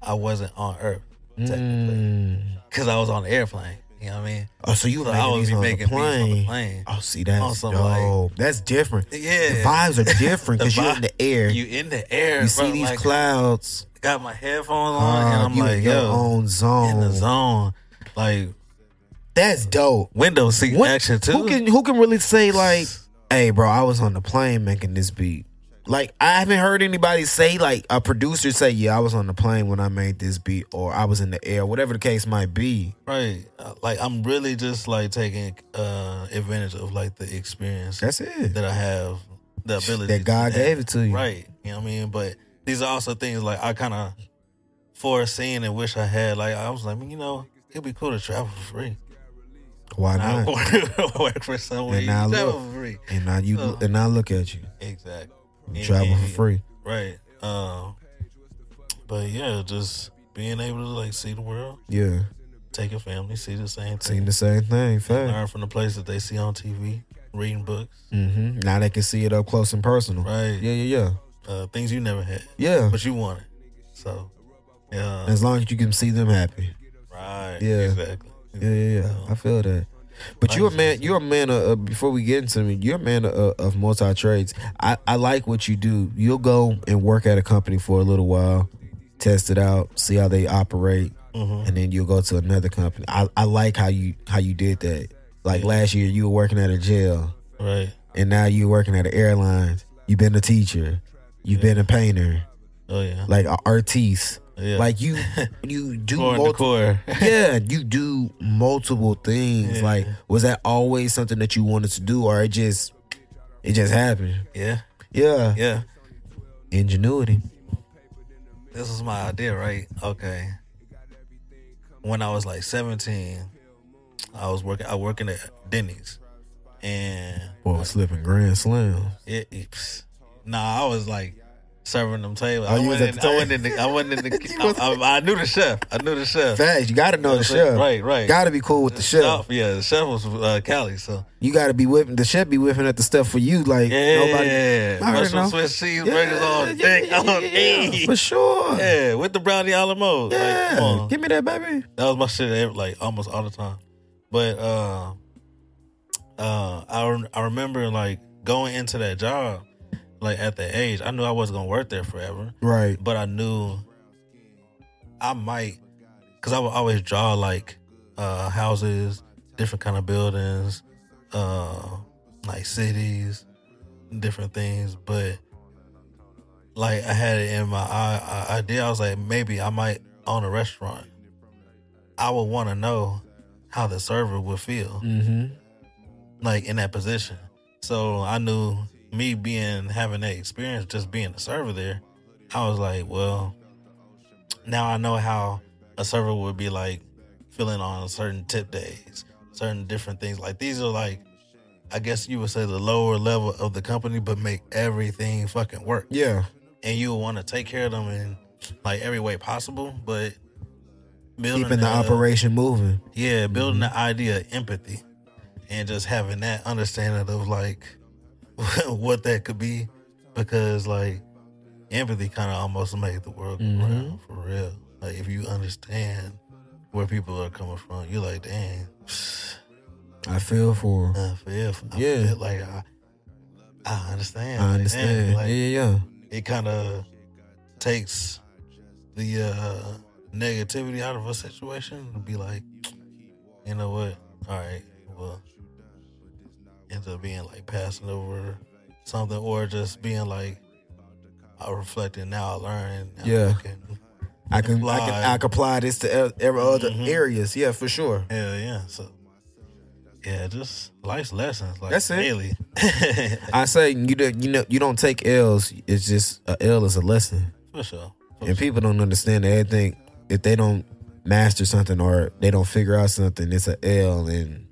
[SPEAKER 1] I wasn't on earth technically.
[SPEAKER 2] Mm.
[SPEAKER 1] Cause I was on the airplane. You know what I mean?
[SPEAKER 2] Oh, so you
[SPEAKER 1] So
[SPEAKER 2] making
[SPEAKER 1] I was
[SPEAKER 2] these
[SPEAKER 1] be
[SPEAKER 2] on
[SPEAKER 1] making
[SPEAKER 2] the plane?
[SPEAKER 1] beats on the plane.
[SPEAKER 2] Oh, see that's
[SPEAKER 1] Also,
[SPEAKER 2] dope.
[SPEAKER 1] like-
[SPEAKER 2] that's different.
[SPEAKER 1] Yeah.
[SPEAKER 2] The vibes are different
[SPEAKER 1] The
[SPEAKER 2] because you're
[SPEAKER 1] vibe-
[SPEAKER 2] in the air. You,
[SPEAKER 1] You in the air,
[SPEAKER 2] see
[SPEAKER 1] bro,
[SPEAKER 2] these
[SPEAKER 1] like,
[SPEAKER 2] clouds.
[SPEAKER 1] got my headphones on, and
[SPEAKER 2] Uh,
[SPEAKER 1] I'm
[SPEAKER 2] you
[SPEAKER 1] like,
[SPEAKER 2] in your
[SPEAKER 1] yo,
[SPEAKER 2] own zone.
[SPEAKER 1] in the zone, like
[SPEAKER 2] That's dope.
[SPEAKER 1] window seat
[SPEAKER 2] What-
[SPEAKER 1] action too.
[SPEAKER 2] Who can who can really say like, hey, bro, I was on the plane making this beat. Like I haven't heard anybody say like a producer say, yeah, I was on the plane when I made this beat, or I was in the air, whatever the case might be.
[SPEAKER 1] right? Uh, Like I'm really just like taking uh advantage of like the experience
[SPEAKER 2] That's it.
[SPEAKER 1] that I have, the ability
[SPEAKER 2] That God
[SPEAKER 1] to have.
[SPEAKER 2] gave it to you.
[SPEAKER 1] right? You know what I mean? But these are also things like I kind of foreseen and wish I had. Like I was like, you know, it'd be cool to travel for free.
[SPEAKER 2] Why
[SPEAKER 1] I
[SPEAKER 2] not?
[SPEAKER 1] work, work for somewhere
[SPEAKER 2] And
[SPEAKER 1] you
[SPEAKER 2] now
[SPEAKER 1] can travel
[SPEAKER 2] look.
[SPEAKER 1] for free.
[SPEAKER 2] And now you
[SPEAKER 1] Uh.
[SPEAKER 2] and I look at you.
[SPEAKER 1] Exactly.
[SPEAKER 2] You
[SPEAKER 1] And-
[SPEAKER 2] travel for
[SPEAKER 1] and-
[SPEAKER 2] free.
[SPEAKER 1] Right. Um, but yeah, just being able to like see the world,
[SPEAKER 2] Yeah.
[SPEAKER 1] take your family, see the same
[SPEAKER 2] Seen
[SPEAKER 1] thing,
[SPEAKER 2] the same thing, fact.
[SPEAKER 1] learn from the places that they see on TV, reading books,
[SPEAKER 2] hmm Now they can see it up close and personal.
[SPEAKER 1] right?
[SPEAKER 2] Yeah, yeah, yeah.
[SPEAKER 1] Uh, things you never had,
[SPEAKER 2] Yeah.
[SPEAKER 1] but you wanted. So, yeah,
[SPEAKER 2] As long as you can see them happy.
[SPEAKER 1] right.
[SPEAKER 2] Yeah.
[SPEAKER 1] exactly.
[SPEAKER 2] Yeah, yeah, yeah. I feel that. But you're a man. You're a man. Of, uh, before we get into it, you're a man of, of multi trades. I, I like what you do. You'll go and work at a company for a little while, test it out, see how they operate,
[SPEAKER 1] Mhm.
[SPEAKER 2] Mm-hmm. and then you'll go to another company. I, I like how you how you did that. Like last year, you were working at a jail,
[SPEAKER 1] Right.
[SPEAKER 2] and now you're working at an airline. You've been a teacher, you've been a painter,
[SPEAKER 1] Oh yeah.
[SPEAKER 2] like an artiste.
[SPEAKER 1] yeah.
[SPEAKER 2] Like you, you do
[SPEAKER 1] Core and
[SPEAKER 2] multiple.
[SPEAKER 1] decor.
[SPEAKER 2] yeah, you do multiple things.
[SPEAKER 1] Yeah.
[SPEAKER 2] Like, was that always something that you wanted to do, or it just, it just happened?
[SPEAKER 1] yeah.
[SPEAKER 2] Yeah,
[SPEAKER 1] Yeah.
[SPEAKER 2] ingenuity.
[SPEAKER 1] This was my idea, right? Okay. When I was like 17, I was working. I working at Denny's, and
[SPEAKER 2] Well, slipping grand slam.
[SPEAKER 1] it, it's nah, I was like serving them tables.
[SPEAKER 2] Oh,
[SPEAKER 1] I,
[SPEAKER 2] you was
[SPEAKER 1] wasn't
[SPEAKER 2] at
[SPEAKER 1] in,
[SPEAKER 2] the
[SPEAKER 1] I wasn't in the. I wasn't in the. I, I, I knew the chef. I knew the chef.
[SPEAKER 2] Facts. You got to know the chef.
[SPEAKER 1] Right, right.
[SPEAKER 2] Got to be cool with the chef.
[SPEAKER 1] Yeah, the chef was uh, Cali. So
[SPEAKER 2] You got to be whipping. The chef be whipping at the stuff for you. Like
[SPEAKER 1] yeah,
[SPEAKER 2] nobody.
[SPEAKER 1] yeah.
[SPEAKER 2] I already know.
[SPEAKER 1] mushroom Swiss cheese
[SPEAKER 2] Yeah,
[SPEAKER 1] burgers on
[SPEAKER 2] yeah,
[SPEAKER 1] deck
[SPEAKER 2] yeah,
[SPEAKER 1] on
[SPEAKER 2] yeah,
[SPEAKER 1] E.
[SPEAKER 2] For sure. Yeah.
[SPEAKER 1] Yeah, with the brownie a la mode. Like, come on.
[SPEAKER 2] Give me that, baby.
[SPEAKER 1] That was my shit every, like almost all the time. But uh uh I rem- I remember like going into that job like at that age, I knew I wasn't going to work there forever,
[SPEAKER 2] Right.
[SPEAKER 1] but I knew I might cuz I would always draw like uh houses, different kind of buildings, uh like cities, different things, but like I had it in my eye I- idea. I was like, maybe I might own a restaurant. I would want to know how the server would feel
[SPEAKER 2] Mm-hmm.
[SPEAKER 1] like in that position. So I knew me being having that experience, just being a server there. I was like, well, now I know how a server would be like feeling on certain tip days, certain different things. Like these are like, I guess you would say the lower level of the company, but make everything fucking work
[SPEAKER 2] Yeah.
[SPEAKER 1] and you want to take care of them in like every way possible, but building
[SPEAKER 2] Keeping the operation moving.
[SPEAKER 1] yeah, building
[SPEAKER 2] Mm-hmm.
[SPEAKER 1] the idea of empathy and just having that understanding of like what that could be, because like empathy kind of almost make the world go
[SPEAKER 2] Mhm.
[SPEAKER 1] round for real. Like if you understand where people are coming from, you're like, dang,
[SPEAKER 2] I feel for. 'em.
[SPEAKER 1] uh, for real, I
[SPEAKER 2] Yeah.
[SPEAKER 1] feel like I, I understand.
[SPEAKER 2] I
[SPEAKER 1] Like, dang,
[SPEAKER 2] understand.
[SPEAKER 1] like,
[SPEAKER 2] yeah, yeah, yeah.
[SPEAKER 1] it kind of takes the uh, negativity out of a situation to be like, you know what? All right, well, ends up being like passing over something or just being like, I reflected now, I learned. now I
[SPEAKER 2] Yeah.
[SPEAKER 1] can-
[SPEAKER 2] I can, I can, I can apply Mm-hmm. this to ev- every other
[SPEAKER 1] Mhm.
[SPEAKER 2] areas. Yeah, for sure.
[SPEAKER 1] Hell yeah. So, yeah, just life's lessons. Like,
[SPEAKER 2] That's it.
[SPEAKER 1] Daily.
[SPEAKER 2] I say you do, you know you don't take L's. It's just a L is a lesson,
[SPEAKER 1] For sure. For
[SPEAKER 2] and
[SPEAKER 1] sure.
[SPEAKER 2] people don't understand that. They think if they don't master something or they don't figure out something, it's a L, and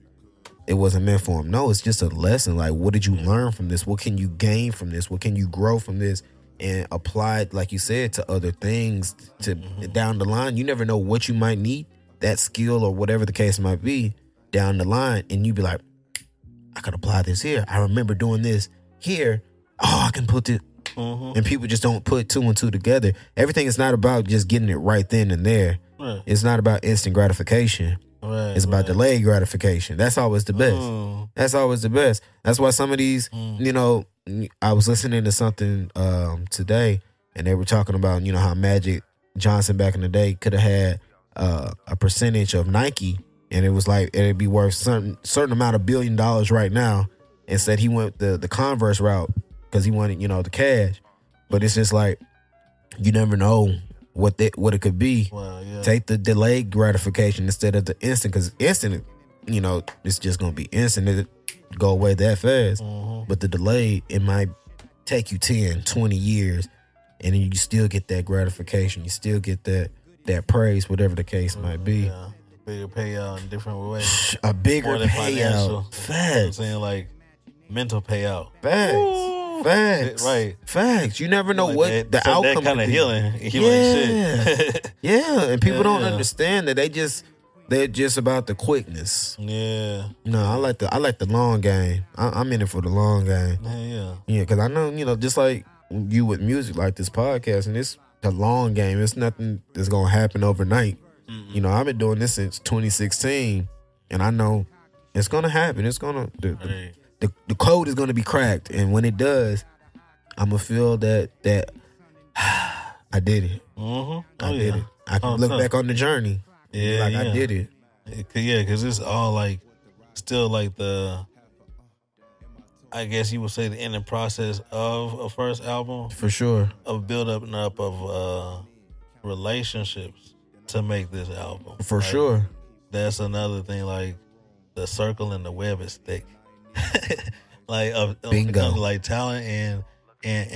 [SPEAKER 2] it wasn't meant for them. No, it's just a lesson. Like, what did you learn from this? What can you gain from this? What can you grow from this? And apply it, like you said, to other things to down the line. You never know what you might need that skill or whatever the case might be down the line, and you be like, I could apply this here. I remember doing this here. Oh, I can put it.
[SPEAKER 1] Mhm.
[SPEAKER 2] And people just don't put two and two together. Everything is not about just getting it right then and there.
[SPEAKER 1] Right.
[SPEAKER 2] It's not about instant gratification.
[SPEAKER 1] Right.
[SPEAKER 2] It's about
[SPEAKER 1] right.
[SPEAKER 2] delayed gratification. That's always the best.
[SPEAKER 1] Mm.
[SPEAKER 2] That's always the best. That's why some of these,
[SPEAKER 1] Mm.
[SPEAKER 2] you know, I was listening to something um, today, and they were talking about you know how Magic Johnson back in the day could have had uh, a percentage of Nike, and it was like it'd be worth certain certain amount of billion dollars right now. Instead, he went the the Converse route because he wanted you know the cash. But it's just like you never know what that what it could be
[SPEAKER 1] Wow, yeah.
[SPEAKER 2] take the delayed gratification instead of the instant because instant you know it's just gonna be instant it go away that fast
[SPEAKER 1] Mhm.
[SPEAKER 2] but the delay it might take you 10 20 years and then you still get that gratification you still get that that praise whatever the case might be
[SPEAKER 1] Yeah. Bigger payout in different ways.
[SPEAKER 2] a bigger
[SPEAKER 1] more than financial.
[SPEAKER 2] payout
[SPEAKER 1] You know what I'm
[SPEAKER 2] facts
[SPEAKER 1] saying like mental payout.
[SPEAKER 2] facts
[SPEAKER 1] Ooh.
[SPEAKER 2] facts
[SPEAKER 1] Right.
[SPEAKER 2] facts you never know
[SPEAKER 1] Like
[SPEAKER 2] what
[SPEAKER 1] that-
[SPEAKER 2] the
[SPEAKER 1] so That
[SPEAKER 2] outcome
[SPEAKER 1] kind
[SPEAKER 2] could
[SPEAKER 1] of
[SPEAKER 2] be.
[SPEAKER 1] healing, healing shit.
[SPEAKER 2] yeah and people
[SPEAKER 1] Yeah,
[SPEAKER 2] don't
[SPEAKER 1] yeah.
[SPEAKER 2] understand that they just they're just about the quickness
[SPEAKER 1] yeah,
[SPEAKER 2] No, I like the I like the long game. I, I'm in it for the long game.
[SPEAKER 1] yeah, yeah.
[SPEAKER 2] Yeah, because I know you know just like you with music, like this podcast, and it's the long game. It's nothing that's gonna happen overnight. You know, I've been doing this since 2016, and I know it's gonna happen. It's gonna the, the,
[SPEAKER 1] Right.
[SPEAKER 2] the, the code is gonna be cracked, and when it does, I'm gonna feel that that I did it.
[SPEAKER 1] Mhm.
[SPEAKER 2] I
[SPEAKER 1] Oh,
[SPEAKER 2] did
[SPEAKER 1] yeah.
[SPEAKER 2] it. I can
[SPEAKER 1] Oh,
[SPEAKER 2] look
[SPEAKER 1] son.
[SPEAKER 2] back on the journey.
[SPEAKER 1] Yeah,
[SPEAKER 2] like
[SPEAKER 1] yeah.
[SPEAKER 2] I did it.
[SPEAKER 1] It- 'cause- yeah, because it's all like still like the I guess you would say the ending process of a first album
[SPEAKER 2] for sure.
[SPEAKER 1] of building up of uh relationships to make this album.
[SPEAKER 2] For
[SPEAKER 1] Like,
[SPEAKER 2] sure.
[SPEAKER 1] That's another thing like the circle and the web is thick. like of when it
[SPEAKER 2] Bingo.
[SPEAKER 1] comes to, like talent and and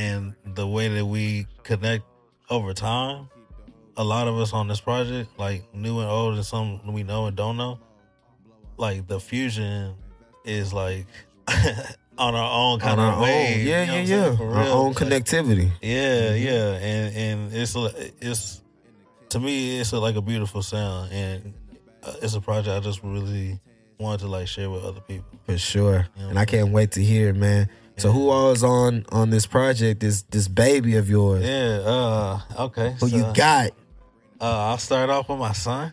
[SPEAKER 1] and the way that we connect over time. A lot of us on this project, like new and old and some we know and don't know, like the fusion is like on our own kind
[SPEAKER 2] On
[SPEAKER 1] of
[SPEAKER 2] our
[SPEAKER 1] way.
[SPEAKER 2] own.
[SPEAKER 1] you
[SPEAKER 2] Yeah,
[SPEAKER 1] know what
[SPEAKER 2] yeah,
[SPEAKER 1] I'm
[SPEAKER 2] yeah.
[SPEAKER 1] saying? For
[SPEAKER 2] Our
[SPEAKER 1] real.
[SPEAKER 2] own
[SPEAKER 1] Like,
[SPEAKER 2] connectivity.
[SPEAKER 1] yeah,
[SPEAKER 2] Mm-hmm.
[SPEAKER 1] yeah, and and it's it's to me it's like a beautiful sound, and uh, it's a project I just really wanted to like share with other people.
[SPEAKER 2] For sure.
[SPEAKER 1] Yeah.
[SPEAKER 2] And I can't wait to hear, it, man. So who all is on on this project? This this baby of yours.
[SPEAKER 1] Yeah. Uh. Okay.
[SPEAKER 2] Who you
[SPEAKER 1] so,
[SPEAKER 2] got?
[SPEAKER 1] Uh, I'll start off with my son.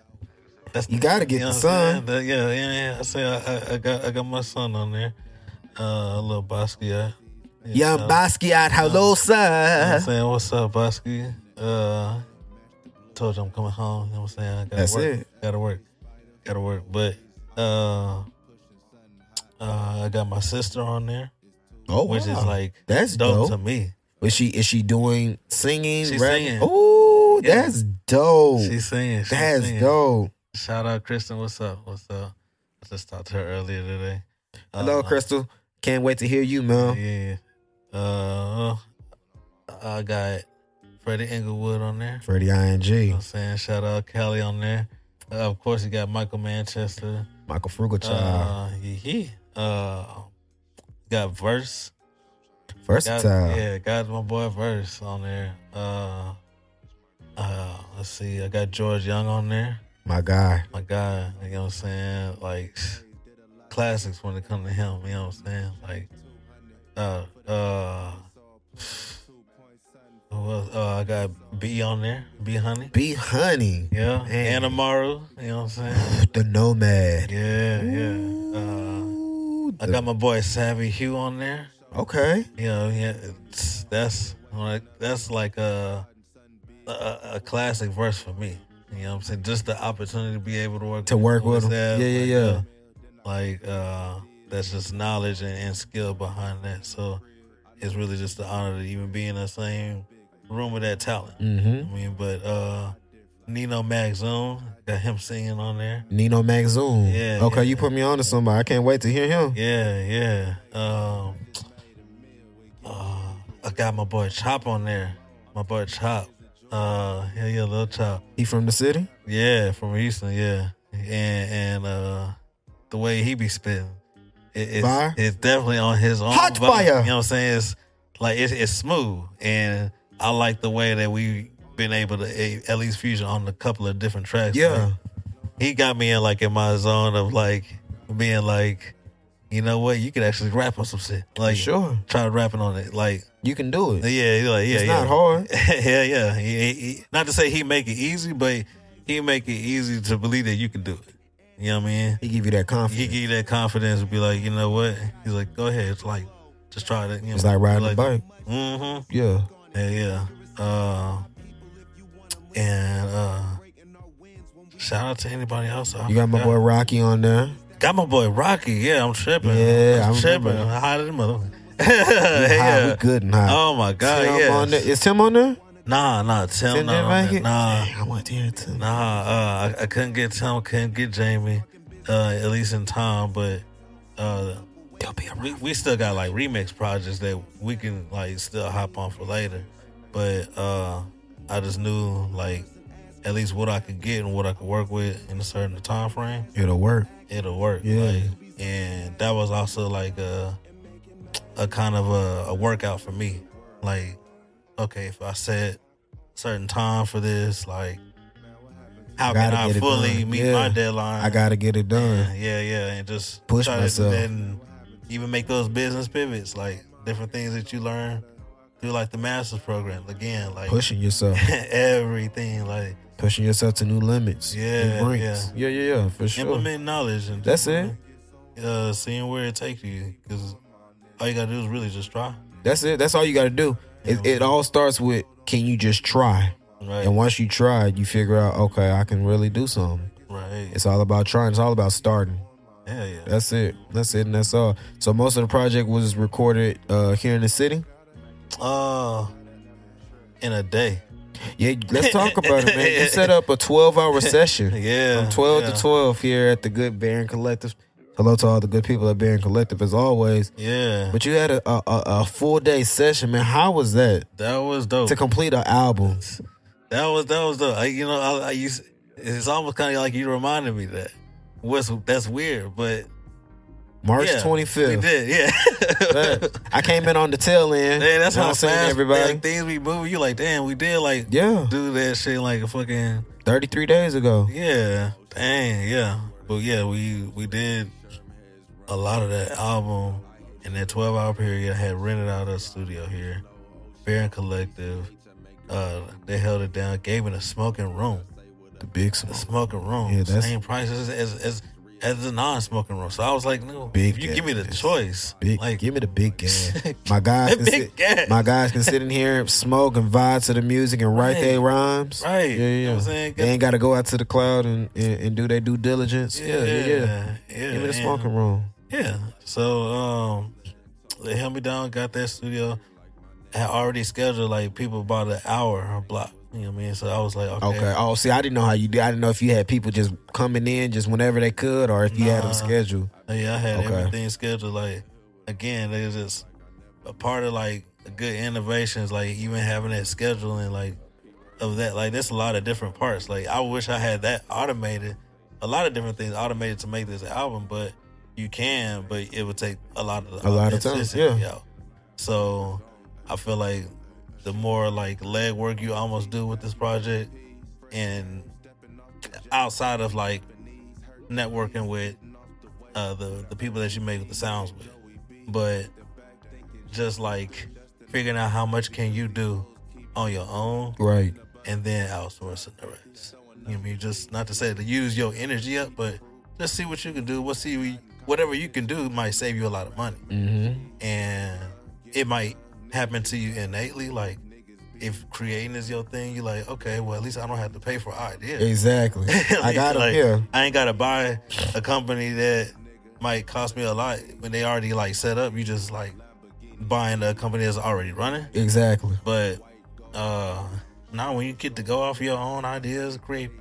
[SPEAKER 1] That's
[SPEAKER 2] You gotta get
[SPEAKER 1] know
[SPEAKER 2] the
[SPEAKER 1] what I'm saying?
[SPEAKER 2] son.
[SPEAKER 1] That- yeah, yeah, yeah. I say I, I, I got I got my son on there. Uh, little Basquiat. Yeah, shout
[SPEAKER 2] Young
[SPEAKER 1] out.
[SPEAKER 2] Basquiat, hello,
[SPEAKER 1] You know what
[SPEAKER 2] sir.
[SPEAKER 1] I'm saying, what's up, Bosky? Uh, told you I'm coming home. You know what I'm saying? I gotta
[SPEAKER 2] That's
[SPEAKER 1] work.
[SPEAKER 2] it.
[SPEAKER 1] Gotta work. Gotta work. But uh, uh, I got my sister on there,
[SPEAKER 2] Oh,
[SPEAKER 1] which is
[SPEAKER 2] wow.
[SPEAKER 1] like
[SPEAKER 2] That's
[SPEAKER 1] dope,
[SPEAKER 2] dope.
[SPEAKER 1] to me.
[SPEAKER 2] Is she is she doing singing?
[SPEAKER 1] She's singing.
[SPEAKER 2] Oh,
[SPEAKER 1] Yeah.
[SPEAKER 2] that's dope.
[SPEAKER 1] She's singing. She's
[SPEAKER 2] Oh, that's
[SPEAKER 1] singing.
[SPEAKER 2] dope.
[SPEAKER 1] Shout out, Kristen. What's up? What's up? I just talked to her earlier today. Uh,
[SPEAKER 2] Hello, Crystal. Can't wait to hear you, man.
[SPEAKER 1] Yeah. Uh, I got Freddie Englewood on there.
[SPEAKER 2] Freddie
[SPEAKER 1] You know
[SPEAKER 2] Ing,
[SPEAKER 1] what I'm saying? Shout out Kelly on there. Uh, of course, you got Michael Manchester.
[SPEAKER 2] Michael Frugal
[SPEAKER 1] Uh, he, he uh, got Verse. Got,
[SPEAKER 2] versatile.
[SPEAKER 1] yeah, got my boy Verse on there. Uh, uh, let's see. I got George Young on there.
[SPEAKER 2] My guy.
[SPEAKER 1] My guy. You know what I'm saying? Like, classics when it comes to him. You know what I'm saying? Like, uh, uh, who else? Uh, I got B on there. B Honey.
[SPEAKER 2] B Honey,
[SPEAKER 1] Yeah.
[SPEAKER 2] Man.
[SPEAKER 1] Anamaru. You know what I'm saying?
[SPEAKER 2] the Nomad.
[SPEAKER 1] Yeah, yeah. Uh,
[SPEAKER 2] Ooh,
[SPEAKER 1] I
[SPEAKER 2] the-
[SPEAKER 1] got my boy Savvy Hugh on there.
[SPEAKER 2] okay.
[SPEAKER 1] You know, yeah, it's, that's like that's like a, a a classic verse for me. You know what I'm saying? Just the opportunity to be able to work
[SPEAKER 2] To work with him.
[SPEAKER 1] that,
[SPEAKER 2] Yeah, yeah, yeah.
[SPEAKER 1] Like uh, that's just knowledge and, and skill behind that. So it's really just the honor to even be in the same room with that talent.
[SPEAKER 2] Mm-hmm.
[SPEAKER 1] I mean, but uh, Nino Magzone got him singing on there.
[SPEAKER 2] Nino Magzoom.
[SPEAKER 1] Yeah,
[SPEAKER 2] Okay,
[SPEAKER 1] yeah.
[SPEAKER 2] you put me on to somebody. I can't wait to hear him.
[SPEAKER 1] Yeah, yeah. Um, uh, I got my boy Chop on there. My boy Chop. Uh, yeah, yeah, little Chop.
[SPEAKER 2] He from the city.
[SPEAKER 1] Yeah, from Houston. Yeah, and and uh, the way he be spitting, it, it's
[SPEAKER 2] Fire?
[SPEAKER 1] it's definitely on his own.
[SPEAKER 2] Hot
[SPEAKER 1] vibe,
[SPEAKER 2] fire!
[SPEAKER 1] You know what I'm saying? It's like it's it's smooth, and I like the way that we been able to eh, at least fusion on a couple of different tracks.
[SPEAKER 2] Yeah.
[SPEAKER 1] Like, he got me in like in my zone of like being like, you know what, you could actually rap on some shit. Like
[SPEAKER 2] sure.
[SPEAKER 1] try rapping on it. Like
[SPEAKER 2] You can do it.
[SPEAKER 1] yeah, he like yeah,
[SPEAKER 2] it's
[SPEAKER 1] yeah.
[SPEAKER 2] not hard.
[SPEAKER 1] yeah, yeah. He, he- he- not to say he make it easy, but he make it easy to believe that you can do it. You know what I mean?
[SPEAKER 2] He give you that confidence.
[SPEAKER 1] He give you that confidence and be like, you know what? He's like, go ahead. It's like, just try it. You know,
[SPEAKER 2] it's like riding a bike.
[SPEAKER 1] Mm-hmm.
[SPEAKER 2] Yeah.
[SPEAKER 1] Yeah, yeah. Uh, and uh, shout out to anybody else. I
[SPEAKER 2] You got my
[SPEAKER 1] forgot.
[SPEAKER 2] boy Rocky on there.
[SPEAKER 1] Got my boy Rocky. Yeah, I'm tripping.
[SPEAKER 2] Yeah,
[SPEAKER 1] I'm
[SPEAKER 2] I remember
[SPEAKER 1] tripping.
[SPEAKER 2] that.
[SPEAKER 1] I'm hotter than motherfucker.
[SPEAKER 2] Hi,
[SPEAKER 1] yeah.
[SPEAKER 2] we good and high.
[SPEAKER 1] Oh my god.
[SPEAKER 2] Tim
[SPEAKER 1] yeah.
[SPEAKER 2] on there. Is Tim on there?
[SPEAKER 1] Nah, nah. Tim,
[SPEAKER 2] Tim
[SPEAKER 1] not
[SPEAKER 2] didn't
[SPEAKER 1] on
[SPEAKER 2] make
[SPEAKER 1] there.
[SPEAKER 2] it.
[SPEAKER 1] Nah,
[SPEAKER 2] Dang, I want to hear it too.
[SPEAKER 1] nah. Uh, I, I couldn't get Tim. Couldn't get Jamie. Uh, at least in time, but uh,
[SPEAKER 2] They'll be around.
[SPEAKER 1] we, we still got like remix projects that we can like still hop on for later. But uh I just knew like at least what I could get and what I could work with in a certain time frame,
[SPEAKER 2] It'll work.
[SPEAKER 1] it'll work.
[SPEAKER 2] Yeah.
[SPEAKER 1] Like and that was also like a a kind of a, a workout for me. Like, okay, if I set certain time for this, like how can
[SPEAKER 2] Gotta
[SPEAKER 1] I
[SPEAKER 2] get it
[SPEAKER 1] fully
[SPEAKER 2] done.
[SPEAKER 1] meet
[SPEAKER 2] Yeah.
[SPEAKER 1] my deadline?
[SPEAKER 2] I gotta get it done.
[SPEAKER 1] Yeah, yeah, and just
[SPEAKER 2] Push
[SPEAKER 1] try
[SPEAKER 2] myself.
[SPEAKER 1] to then even make those business pivots, like different things that you learn through like the master's program. Again, like
[SPEAKER 2] Pushing yourself.
[SPEAKER 1] everything, like
[SPEAKER 2] Pushing yourself to new limits.
[SPEAKER 1] Yeah,
[SPEAKER 2] new ranks. yeah, yeah, yeah, for sure.
[SPEAKER 1] implement knowledge and
[SPEAKER 2] That's it.
[SPEAKER 1] Uh, seeing where it takes you, because all you gotta do is really just try.
[SPEAKER 2] That's it. That's all you gotta do. It, it all starts with can you just try?
[SPEAKER 1] Right,
[SPEAKER 2] And once you try, you figure out okay, I can really do something.
[SPEAKER 1] right.
[SPEAKER 2] It's all about trying. It's all about starting.
[SPEAKER 1] Hell yeah.
[SPEAKER 2] That's it. That's it, and that's all. So most of the project was recorded uh, here in the city.
[SPEAKER 1] Uh, in a day.
[SPEAKER 2] Yeah, let's talk about it, man. You set up a twelve-hour session.
[SPEAKER 1] Yeah.
[SPEAKER 2] from 12
[SPEAKER 1] yeah.
[SPEAKER 2] to 12 here at the good Baron Collective. Hello to all the good people at Baron Collective as always.
[SPEAKER 1] Yeah.
[SPEAKER 2] But you had a, a, a a full day session, man. How was that
[SPEAKER 1] That was dope.
[SPEAKER 2] to complete an album?
[SPEAKER 1] That was that was dope. I, you know, I, I used. It's almost kind of like you reminded me that. What's that's weird, but
[SPEAKER 2] March
[SPEAKER 1] yeah, We
[SPEAKER 2] 25th.
[SPEAKER 1] did, yeah.
[SPEAKER 2] Facts. I came in on the tail end.
[SPEAKER 1] Man, that's
[SPEAKER 2] You know
[SPEAKER 1] how
[SPEAKER 2] what I'm saying,
[SPEAKER 1] fast
[SPEAKER 2] everybody.
[SPEAKER 1] like, things be moving. You like, damn, we did like
[SPEAKER 2] yeah,
[SPEAKER 1] do that shit like a fucking
[SPEAKER 2] 33 days ago.
[SPEAKER 1] yeah, dang, yeah. But yeah, we we did a lot of that album in that twelve hour period. I had rented out a studio here, Baron Collective. Uh, they held it down, gave it a smoking room.
[SPEAKER 2] The big
[SPEAKER 1] the
[SPEAKER 2] smoke.
[SPEAKER 1] smoking room.
[SPEAKER 2] Yeah, that's-
[SPEAKER 1] same price as as as, as the non-smoking room. So I was like, no,
[SPEAKER 2] Big
[SPEAKER 1] if you give me the
[SPEAKER 2] gas.
[SPEAKER 1] choice,
[SPEAKER 2] Big,
[SPEAKER 1] like
[SPEAKER 2] give me the big gas. My guys,
[SPEAKER 1] That
[SPEAKER 2] can
[SPEAKER 1] big
[SPEAKER 2] sit,
[SPEAKER 1] gas.
[SPEAKER 2] my guys can sit in here, smoke and vibe to the music and write
[SPEAKER 1] Right.
[SPEAKER 2] their rhymes.
[SPEAKER 1] right,
[SPEAKER 2] Yeah, yeah.
[SPEAKER 1] You know what I'm saying,
[SPEAKER 2] They ain't got to go out to the cloud and, and, and do their due diligence. Yeah, yeah, yeah.
[SPEAKER 1] yeah,
[SPEAKER 2] Give me the
[SPEAKER 1] and-
[SPEAKER 2] smoking room.
[SPEAKER 1] Yeah, so um, they held me down, got that studio. I had already scheduled like people about an hour or block. You know what I mean? So I was like, okay,
[SPEAKER 2] Okay. Oh, see, I didn't know how you did. I didn't know if you had people just coming in just whenever they could, or if you had them
[SPEAKER 1] Nah.
[SPEAKER 2] scheduled.
[SPEAKER 1] yeah, I had
[SPEAKER 2] Okay.
[SPEAKER 1] everything scheduled. Like again, they just a part of like a good innovations, like even having that scheduling, like of that, like that's a lot of different parts. Like I wish I had that automated, a lot of different things automated to make this album, but you can, but it would take a lot of
[SPEAKER 2] A lot of time,
[SPEAKER 1] authenticity
[SPEAKER 2] yeah.
[SPEAKER 1] out. So I feel like the more like leg work you almost do with this project, and outside of like networking with uh, the the people that you make the sounds with, but just like figuring out how much can you do on your own
[SPEAKER 2] Right.
[SPEAKER 1] and then outsourcing the rest. You know, what I mean, just not to say to use your energy up, but just see what you can do. What see we- whatever you can do might save you a lot of money,
[SPEAKER 2] Mm-hmm.
[SPEAKER 1] and it might happen to you innately. Like if creating is your thing, you're like, okay, well at least I don't have to pay for ideas.
[SPEAKER 2] Exactly. I got them
[SPEAKER 1] Like,
[SPEAKER 2] here.
[SPEAKER 1] I ain't gotta buy a company that might cost me a lot when they already like set up. You just like buying a company that's already running.
[SPEAKER 2] Exactly.
[SPEAKER 1] But uh now when you get to go off your own ideas, create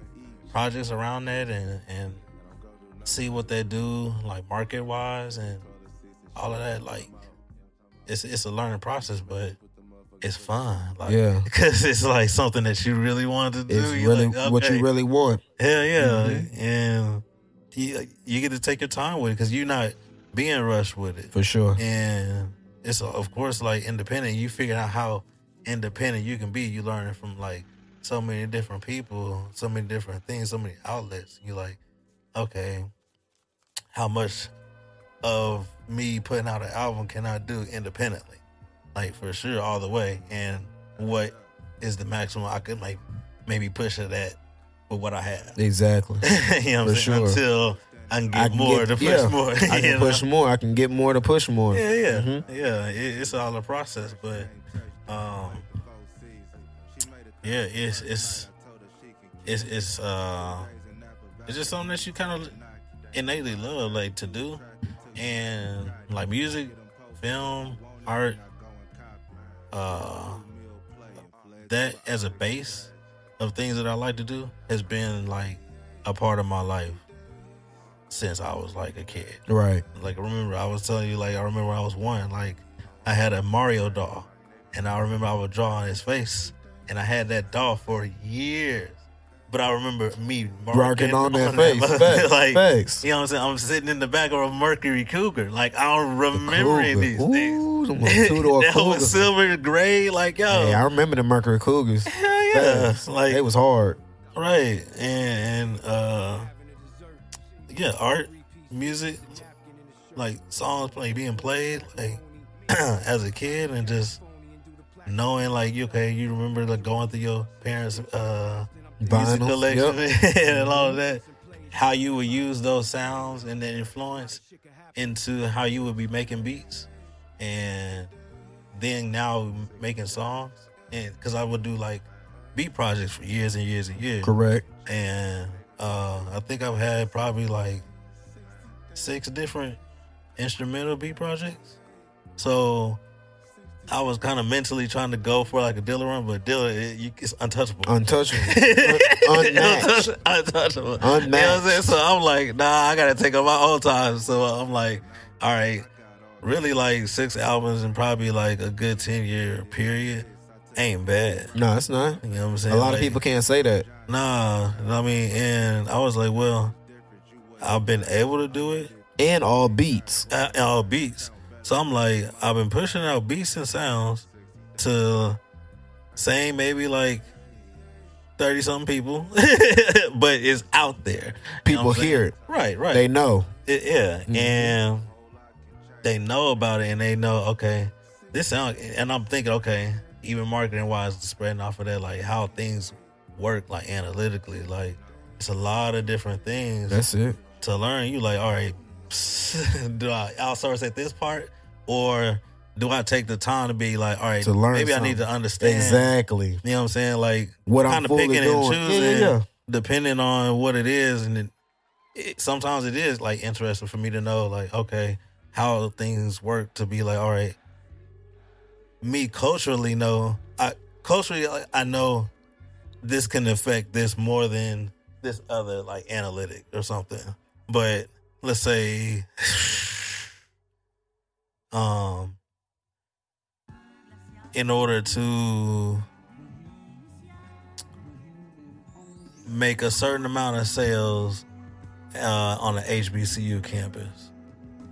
[SPEAKER 1] projects around that and and see what they do, like market wise and all of that, like it's it's a learning process, but it's fun. Like
[SPEAKER 2] Yeah.
[SPEAKER 1] because it's like something that you really wanted to do.
[SPEAKER 2] It's
[SPEAKER 1] You're
[SPEAKER 2] really
[SPEAKER 1] like,
[SPEAKER 2] what
[SPEAKER 1] okay.
[SPEAKER 2] you really want.
[SPEAKER 1] Hell yeah, and you, you get to take your time with it because you're not being rushed with it.
[SPEAKER 2] For sure.
[SPEAKER 1] And it's of course like independent. You figure out how independent you can be. You learning from like so many different people, so many different things, so many outlets. You like, okay, how much of me putting out an album can I do independently? Like for sure, all the way. And what is the maximum I could like maybe push it at with what I have?
[SPEAKER 2] Exactly.
[SPEAKER 1] you know what I'm
[SPEAKER 2] For
[SPEAKER 1] saying?
[SPEAKER 2] sure.
[SPEAKER 1] Until I can get
[SPEAKER 2] I can
[SPEAKER 1] more
[SPEAKER 2] get-
[SPEAKER 1] to push
[SPEAKER 2] yeah.
[SPEAKER 1] more.
[SPEAKER 2] I
[SPEAKER 1] you
[SPEAKER 2] can
[SPEAKER 1] know?
[SPEAKER 2] push more. I can get more to push more.
[SPEAKER 1] Yeah, yeah,
[SPEAKER 2] Mhm.
[SPEAKER 1] yeah. It, it's all a process, but um, yeah, it's it's it's it's uh, it's just something that you kind of innately love, like to do, and like music, film, art, uh, that as a base of things that I like to do has been like a part of my life since I was like a kid.
[SPEAKER 2] Right.
[SPEAKER 1] Like I remember I was telling you, like I remember when I was one, like I had a Mario doll, and I remember I would draw on his face, and I had that doll for years. But I remember me
[SPEAKER 2] Rocking on that face.
[SPEAKER 1] mother-
[SPEAKER 2] Facts.
[SPEAKER 1] like
[SPEAKER 2] Facts.
[SPEAKER 1] you know what I'm saying. I'm sitting in the back of a Mercury Cougar, like I don't remember
[SPEAKER 2] Cougar.
[SPEAKER 1] these things.
[SPEAKER 2] Ooh, them little two-door
[SPEAKER 1] that was
[SPEAKER 2] Cougars.
[SPEAKER 1] silver gray, like yo,
[SPEAKER 2] Hey, I remember the Mercury Cougars.
[SPEAKER 1] hell yeah,
[SPEAKER 2] Facts.
[SPEAKER 1] like
[SPEAKER 2] they was hard.
[SPEAKER 1] Right. And, and uh yeah, art, music, like songs like being played like as a kid and just knowing like you okay, you remember like going through your parents uh music
[SPEAKER 2] Vinyls.
[SPEAKER 1] collection
[SPEAKER 2] Yep.
[SPEAKER 1] and all of that. How you would use those sounds and that influence into how you would be making beats and then now making songs and because I would do like beat projects for years and years and years
[SPEAKER 2] Correct.
[SPEAKER 1] and uh, I think I've had probably like six different instrumental beat projects. So I was kind of mentally trying to go for like a Dilla run, but Dilla it, you, it's untouchable.
[SPEAKER 2] Untouchable. Un- unmatched.
[SPEAKER 1] Untouch- untouchable. You know what
[SPEAKER 2] Unmatched.
[SPEAKER 1] I'm saying? So I'm like, nah, I gotta take up my own time. So I'm like, all right, really like six albums and probably like a good ten year period ain't bad.
[SPEAKER 2] No, it's not.
[SPEAKER 1] You know what I'm saying?
[SPEAKER 2] A lot of
[SPEAKER 1] Like,
[SPEAKER 2] people can't say that.
[SPEAKER 1] Nah, I mean, and I was like, well, I've been able to do it
[SPEAKER 2] And all beats.
[SPEAKER 1] uh, and all beats. So I'm like, I've been pushing out beats and sounds to same maybe like thirty something people, but it's out there. You know
[SPEAKER 2] People
[SPEAKER 1] what I'm saying?
[SPEAKER 2] hear it.
[SPEAKER 1] Right, right.
[SPEAKER 2] They know.
[SPEAKER 1] It- yeah, and they know about it, and they know okay, this sound. And I'm thinking, okay, even marketing wise, spreading off of that, like how things work, like analytically, like it's a lot of different things
[SPEAKER 2] That's it.
[SPEAKER 1] to learn. You like, all right, do I outsource at this part, or do I take the time to be like, all right,
[SPEAKER 2] To learn
[SPEAKER 1] maybe I
[SPEAKER 2] something.
[SPEAKER 1] need to understand.
[SPEAKER 2] Exactly.
[SPEAKER 1] You know what I'm saying? Like
[SPEAKER 2] What I'm
[SPEAKER 1] kind of
[SPEAKER 2] fully
[SPEAKER 1] picking
[SPEAKER 2] doing.
[SPEAKER 1] and
[SPEAKER 2] Yeah,
[SPEAKER 1] choosing,
[SPEAKER 2] yeah, yeah.
[SPEAKER 1] depending on what it is, and it, it, sometimes it is like interesting for me to know, like okay, how things work to be like, all right, me culturally know, I culturally like, I know this can affect this more than this other like analytic or something, but let's say, um, in order to make a certain amount of sales uh, on an HBCU campus,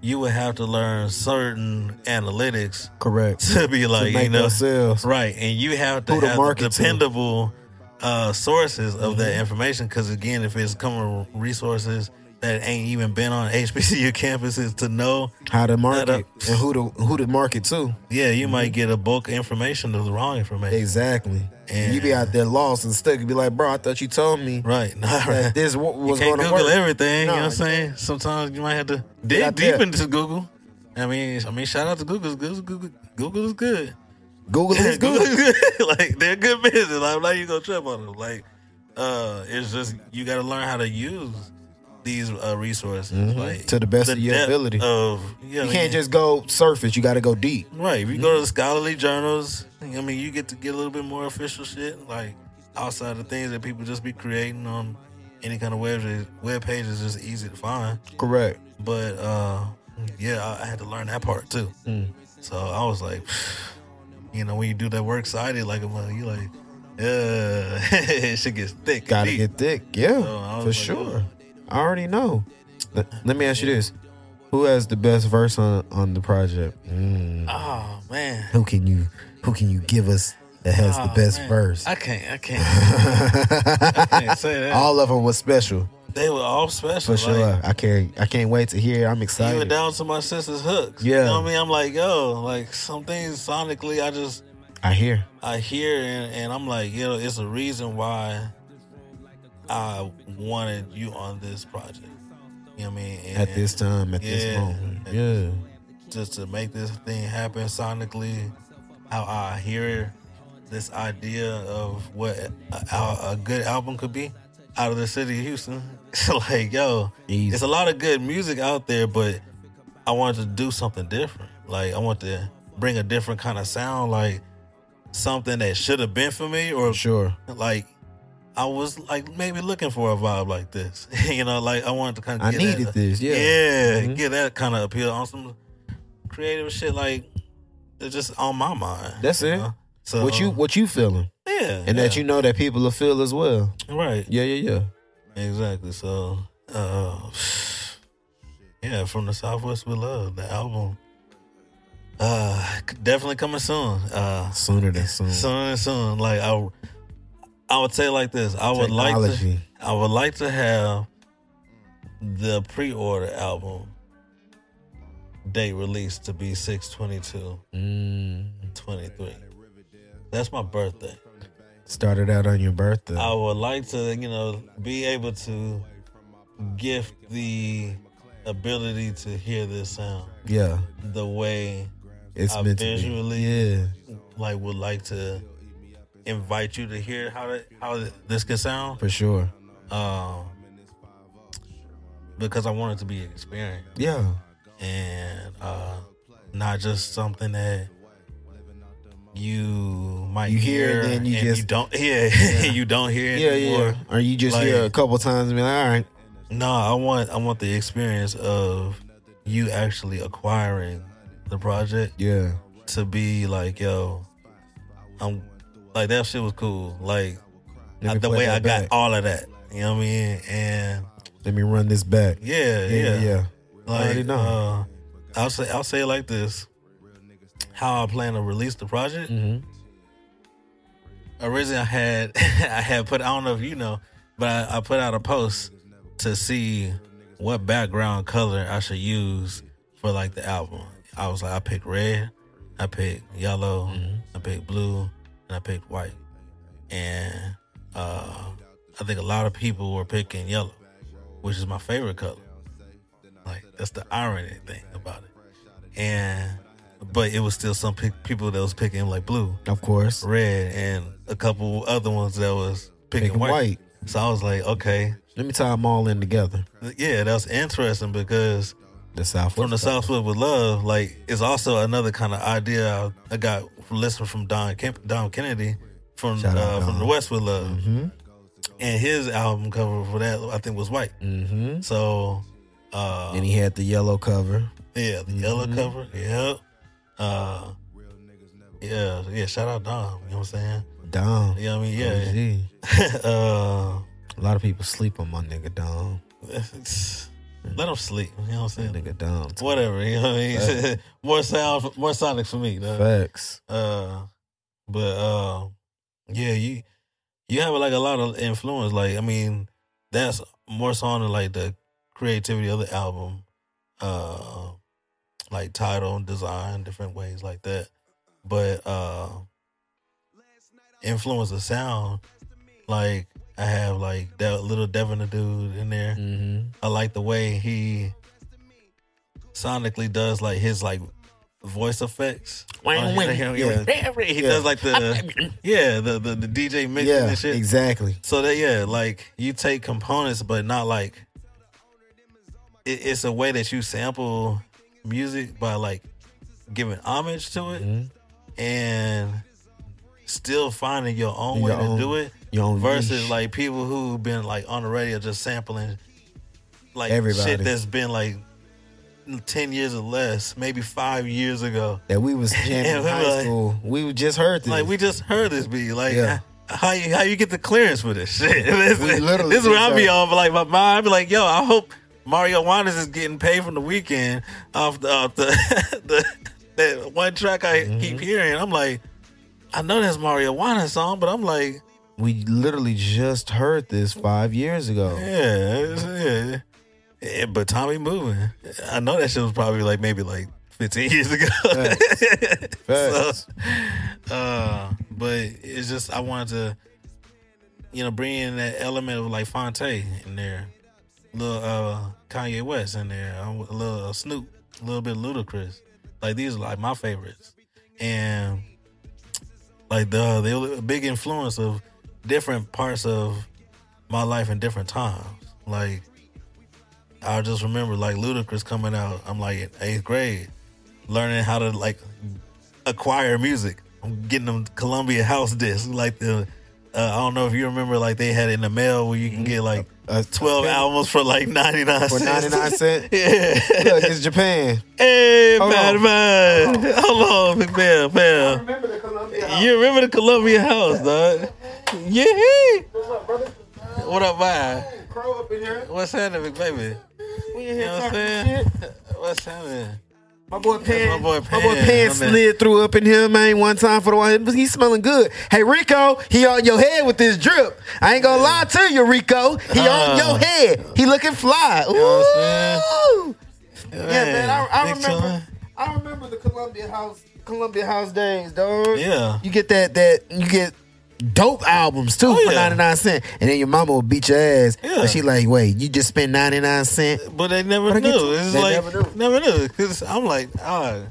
[SPEAKER 1] you would have to learn certain analytics
[SPEAKER 2] Correct.
[SPEAKER 1] to be
[SPEAKER 2] To
[SPEAKER 1] like, you
[SPEAKER 2] make
[SPEAKER 1] know,
[SPEAKER 2] themselves.
[SPEAKER 1] right. And you have to
[SPEAKER 2] Who to
[SPEAKER 1] have
[SPEAKER 2] market to.
[SPEAKER 1] dependable uh, sources of
[SPEAKER 2] Mm-hmm.
[SPEAKER 1] that information because, again, if it's coming from resources that ain't even been on HBCU campuses to know,
[SPEAKER 2] How to market
[SPEAKER 1] up.
[SPEAKER 2] and who to who to market to.
[SPEAKER 1] yeah, you
[SPEAKER 2] Mm-hmm.
[SPEAKER 1] might get a bulk information of the wrong information.
[SPEAKER 2] Exactly.
[SPEAKER 1] And-
[SPEAKER 2] You be out there lost and stuck and be like, bro, I thought you told me
[SPEAKER 1] Right. Nah, right.
[SPEAKER 2] that this w-
[SPEAKER 1] You
[SPEAKER 2] was
[SPEAKER 1] can't
[SPEAKER 2] going to
[SPEAKER 1] Google
[SPEAKER 2] work.
[SPEAKER 1] everything. you know
[SPEAKER 2] Nah.
[SPEAKER 1] what I'm saying? Sometimes you might have to dig
[SPEAKER 2] out
[SPEAKER 1] deep
[SPEAKER 2] there.
[SPEAKER 1] into Google. I mean, I mean, shout out to Google. Google, Google, Google is good.
[SPEAKER 2] Google is
[SPEAKER 1] Google
[SPEAKER 2] good.
[SPEAKER 1] is good. like they're good business. Like, I'm not even gonna trip on them. Like, uh, it's just you got to learn how to use these uh, resources like
[SPEAKER 2] Mm-hmm. To the best of your
[SPEAKER 1] depth
[SPEAKER 2] ability.
[SPEAKER 1] Of you, know
[SPEAKER 2] You
[SPEAKER 1] what I mean?
[SPEAKER 2] can't just go surface. You got to go deep.
[SPEAKER 1] Right. If you
[SPEAKER 2] Mm-hmm.
[SPEAKER 1] go to the scholarly journals, I mean, you get to get a little bit more official shit, like outside of things that people just be creating on any kind of web web page is just easy to find.
[SPEAKER 2] Correct.
[SPEAKER 1] But uh, yeah, I, I had to learn that part too.
[SPEAKER 2] Mm.
[SPEAKER 1] So I was like, you know, when you do that work sided like a mother, you like, yeah, shit gets thick.
[SPEAKER 2] Got to
[SPEAKER 1] deep.
[SPEAKER 2] get thick. Yeah,
[SPEAKER 1] So I was
[SPEAKER 2] for
[SPEAKER 1] like, oh.
[SPEAKER 2] sure. I already know. Let, let me ask you this: Who has the best verse on on the project? Mm.
[SPEAKER 1] Oh man,
[SPEAKER 2] Who can you Who can you give us that has the
[SPEAKER 1] Oh,
[SPEAKER 2] best
[SPEAKER 1] man.
[SPEAKER 2] verse?
[SPEAKER 1] I can't, I can't, I can't say that.
[SPEAKER 2] All of them was special
[SPEAKER 1] they were all special.
[SPEAKER 2] for
[SPEAKER 1] like,
[SPEAKER 2] sure. I can't I can't wait to hear. it. I'm
[SPEAKER 1] Even
[SPEAKER 2] excited.
[SPEAKER 1] down to my sister's hooks.
[SPEAKER 2] Yeah.
[SPEAKER 1] You know what I mean? I'm like, yo, like some things sonically I just
[SPEAKER 2] I hear.
[SPEAKER 1] I hear and, and I'm like, yo, it's a reason why I wanted you on this project. You know what I mean? And
[SPEAKER 2] At this time, at this
[SPEAKER 1] Yeah.
[SPEAKER 2] moment, yeah,
[SPEAKER 1] just to make this thing happen sonically, how I hear this idea of what a, a, a good album could be out of the city of Houston. So like, yo,
[SPEAKER 2] Easy.
[SPEAKER 1] it's a lot of good music out there, but I wanted to do something different. Like I want to bring a different kind of sound, like something that should have been for me, or
[SPEAKER 2] for sure.
[SPEAKER 1] like I was like maybe looking for a vibe like this. you know, like I wanted to kind of
[SPEAKER 2] I
[SPEAKER 1] get
[SPEAKER 2] needed
[SPEAKER 1] that, uh,
[SPEAKER 2] this. Yeah,
[SPEAKER 1] yeah,
[SPEAKER 2] Mhm.
[SPEAKER 1] get that kind of appeal on some creative shit. Like it's just on my mind.
[SPEAKER 2] That's
[SPEAKER 1] you
[SPEAKER 2] it.
[SPEAKER 1] know? So
[SPEAKER 2] what you what you feeling,
[SPEAKER 1] yeah,
[SPEAKER 2] and that you know that people will feel as well.
[SPEAKER 1] right
[SPEAKER 2] Yeah, yeah, yeah.
[SPEAKER 1] exactly. So uh, yeah, from the Southwest with Love, the album. Uh, c- definitely coming soon. Uh,
[SPEAKER 2] Sooner than soon.
[SPEAKER 1] soon, soon. Like I, I would say like this. I would like to.
[SPEAKER 2] Technology.
[SPEAKER 1] I would like to have the pre-order album date release to be 622
[SPEAKER 2] Mm,
[SPEAKER 1] 23 that's my birthday
[SPEAKER 2] started out on your birthday.
[SPEAKER 1] i would like to you know be able to gift the ability to hear this sound
[SPEAKER 2] yeah,
[SPEAKER 1] the way
[SPEAKER 2] it's
[SPEAKER 1] I
[SPEAKER 2] meant to
[SPEAKER 1] visually
[SPEAKER 2] be. Yeah,
[SPEAKER 1] like would like to invite you to hear how that, how this could sound
[SPEAKER 2] for sure.
[SPEAKER 1] um because I want it to be an experience
[SPEAKER 2] Yeah.
[SPEAKER 1] and uh, not just something that you might
[SPEAKER 2] You hear and then you just-
[SPEAKER 1] don't hear
[SPEAKER 2] Yeah.
[SPEAKER 1] you don't hear it
[SPEAKER 2] Yeah, yeah.
[SPEAKER 1] anymore.
[SPEAKER 2] Or you just
[SPEAKER 1] like-
[SPEAKER 2] hear a couple times and be like, all right.
[SPEAKER 1] No, I want I want the experience of you actually acquiring the project
[SPEAKER 2] Yeah.
[SPEAKER 1] to be like, yo, I'm like that shit was cool. Like
[SPEAKER 2] Let
[SPEAKER 1] I-
[SPEAKER 2] me
[SPEAKER 1] the
[SPEAKER 2] play
[SPEAKER 1] way
[SPEAKER 2] that
[SPEAKER 1] I got
[SPEAKER 2] back.
[SPEAKER 1] all of that. You know what I mean? And
[SPEAKER 2] Let me run this back.
[SPEAKER 1] yeah,
[SPEAKER 2] Yeah, yeah. yeah. I already
[SPEAKER 1] Like
[SPEAKER 2] know.
[SPEAKER 1] uh, I'll say I'll say it like this. How I plan to release the project.
[SPEAKER 2] Mm-hmm.
[SPEAKER 1] originally I had I had put I don't know if you know, but I, I put out a post to see what background color I should use for like the album. I was like, I picked red, I picked yellow, I picked blue, and I picked white. And uh, I think a lot of people were picking yellow, which is my favorite color. Like that's the irony thing about it. And but it was still some pick, people that was picking like blue
[SPEAKER 2] Of course.
[SPEAKER 1] red and a couple other ones that was picking,
[SPEAKER 2] Picking
[SPEAKER 1] white.
[SPEAKER 2] white.
[SPEAKER 1] So I was like, okay,
[SPEAKER 2] Let me tie them all in together.
[SPEAKER 1] Th- yeah, that's interesting because
[SPEAKER 2] The South.
[SPEAKER 1] from the Southwood with love, like, is also another kind of idea I, I got from listening from Don Kemp, Don Kennedy from
[SPEAKER 2] Shout out
[SPEAKER 1] uh, from
[SPEAKER 2] Don.
[SPEAKER 1] the West with love,
[SPEAKER 2] Mm-hmm.
[SPEAKER 1] and his album cover for that I think was white.
[SPEAKER 2] Mm-hmm.
[SPEAKER 1] So, uh,
[SPEAKER 2] And he had the yellow cover.
[SPEAKER 1] yeah, the yellow
[SPEAKER 2] Mhm.
[SPEAKER 1] cover, yeah, uh, yeah, yeah. Shout out Don, you know what I'm saying?
[SPEAKER 2] Dom.
[SPEAKER 1] You know what I mean? Yeah.
[SPEAKER 2] OG.
[SPEAKER 1] uh,
[SPEAKER 2] A lot of people sleep on my nigga Dom.
[SPEAKER 1] Let them sleep. You know what I'm saying?
[SPEAKER 2] Nigga Dom.
[SPEAKER 1] Whatever. You know what I mean? more sound, more Sonic for me. Though.
[SPEAKER 2] Facts.
[SPEAKER 1] Uh, but uh, yeah, you you have like a lot of influence. Like I mean, that's more so on like the creativity of the album, uh, like title and design, different ways like that. But uh, influence of sound, like I have like that little Devin dude in there.
[SPEAKER 2] Mm-hmm.
[SPEAKER 1] I like the way he sonically does like his like voice effects. Oh,
[SPEAKER 2] Wah, wah. Yeah.
[SPEAKER 1] He
[SPEAKER 2] Yeah.
[SPEAKER 1] does like the yeah the the, the DJ mixing
[SPEAKER 2] Yeah,
[SPEAKER 1] and shit.
[SPEAKER 2] exactly.
[SPEAKER 1] So that yeah, like you take components, but not like it, it's a way that you sample music by like giving homage to it
[SPEAKER 2] Mhm.
[SPEAKER 1] and still finding your own way
[SPEAKER 2] Your
[SPEAKER 1] to
[SPEAKER 2] own-
[SPEAKER 1] do it
[SPEAKER 2] Your own
[SPEAKER 1] versus
[SPEAKER 2] niche.
[SPEAKER 1] like people who've been like on the radio just sampling like
[SPEAKER 2] Everybody.
[SPEAKER 1] shit that's been like ten years or less, maybe five years ago.
[SPEAKER 2] that we was jamming
[SPEAKER 1] Yeah,
[SPEAKER 2] in
[SPEAKER 1] we
[SPEAKER 2] high
[SPEAKER 1] like-
[SPEAKER 2] school. We just heard this.
[SPEAKER 1] Like we just heard this be like.
[SPEAKER 2] Yeah.
[SPEAKER 1] How you how you get the clearance for this shit? this,
[SPEAKER 2] We literally
[SPEAKER 1] this is where I be
[SPEAKER 2] just-
[SPEAKER 1] on for like my mind. I be like, yo, I hope Mario Juanes is getting paid from the weekend off the off the, the that one track I
[SPEAKER 2] Mm-hmm.
[SPEAKER 1] keep hearing. I'm like, I know that's Mario Juanes song, but I'm like,
[SPEAKER 2] we literally just heard this five years ago.
[SPEAKER 1] Yeah, it's- yeah. Yeah, But Tommy moving. I know that shit was probably like maybe like 15 years ago.
[SPEAKER 2] Facts.
[SPEAKER 1] So, uh, but it's just I wanted to, you know, bring in that element of like Fonte in there, little uh, Kanye West in there, a little Snoop, a little bit ludicrous. Like these are like my favorites, and like the they were a big influence of different parts of my life in different times. Like I just remember like Ludacris coming out. I'm like in eighth grade, learning how to like acquire music. I'm getting them Columbia house discs. Like the uh, I don't know if you remember like they had it in the mail where you can get like
[SPEAKER 2] A- a
[SPEAKER 1] twelve
[SPEAKER 2] pen-
[SPEAKER 1] albums for like ninety nine
[SPEAKER 2] For 99 cent.
[SPEAKER 1] yeah.
[SPEAKER 2] Look, it's Japan.
[SPEAKER 1] Hey,
[SPEAKER 2] Hold
[SPEAKER 1] man,
[SPEAKER 2] on.
[SPEAKER 1] man. Hold on, man, man.
[SPEAKER 2] Remember the Columbia
[SPEAKER 1] You remember the Columbia house, dog? Yeah.
[SPEAKER 2] What's up, brother?
[SPEAKER 1] What up, man?
[SPEAKER 2] Crow up in here.
[SPEAKER 1] What's happening, big baby?
[SPEAKER 2] We in
[SPEAKER 1] You know what I'm saying? What's happening?
[SPEAKER 2] My boy Pan.
[SPEAKER 1] my boy
[SPEAKER 2] My boy
[SPEAKER 1] Pan. My
[SPEAKER 2] Pan
[SPEAKER 1] man.
[SPEAKER 2] slid through up in here, man, one time for the one. He's smelling good. Hey, Rico, he on your head with this drip. I ain't gonna lie to you, Rico. He on
[SPEAKER 1] Uh.
[SPEAKER 2] your head. He looking fly. Ooh.
[SPEAKER 1] know what I'm
[SPEAKER 2] yeah, man. I, I
[SPEAKER 1] Big
[SPEAKER 2] remember.
[SPEAKER 1] time.
[SPEAKER 2] I remember the Columbia House, Columbia House days, dog.
[SPEAKER 1] Yeah.
[SPEAKER 2] You get that that you get dope albums too for
[SPEAKER 1] Oh, yeah.
[SPEAKER 2] 99 cent. And then your mama will beat your ass.
[SPEAKER 1] Yeah.
[SPEAKER 2] But she like, wait, you just spent 99 cent.
[SPEAKER 1] But they never
[SPEAKER 2] But I
[SPEAKER 1] knew.
[SPEAKER 2] get you.
[SPEAKER 1] It's
[SPEAKER 2] They
[SPEAKER 1] like
[SPEAKER 2] never knew.
[SPEAKER 1] never knew. Cause I'm like, ah,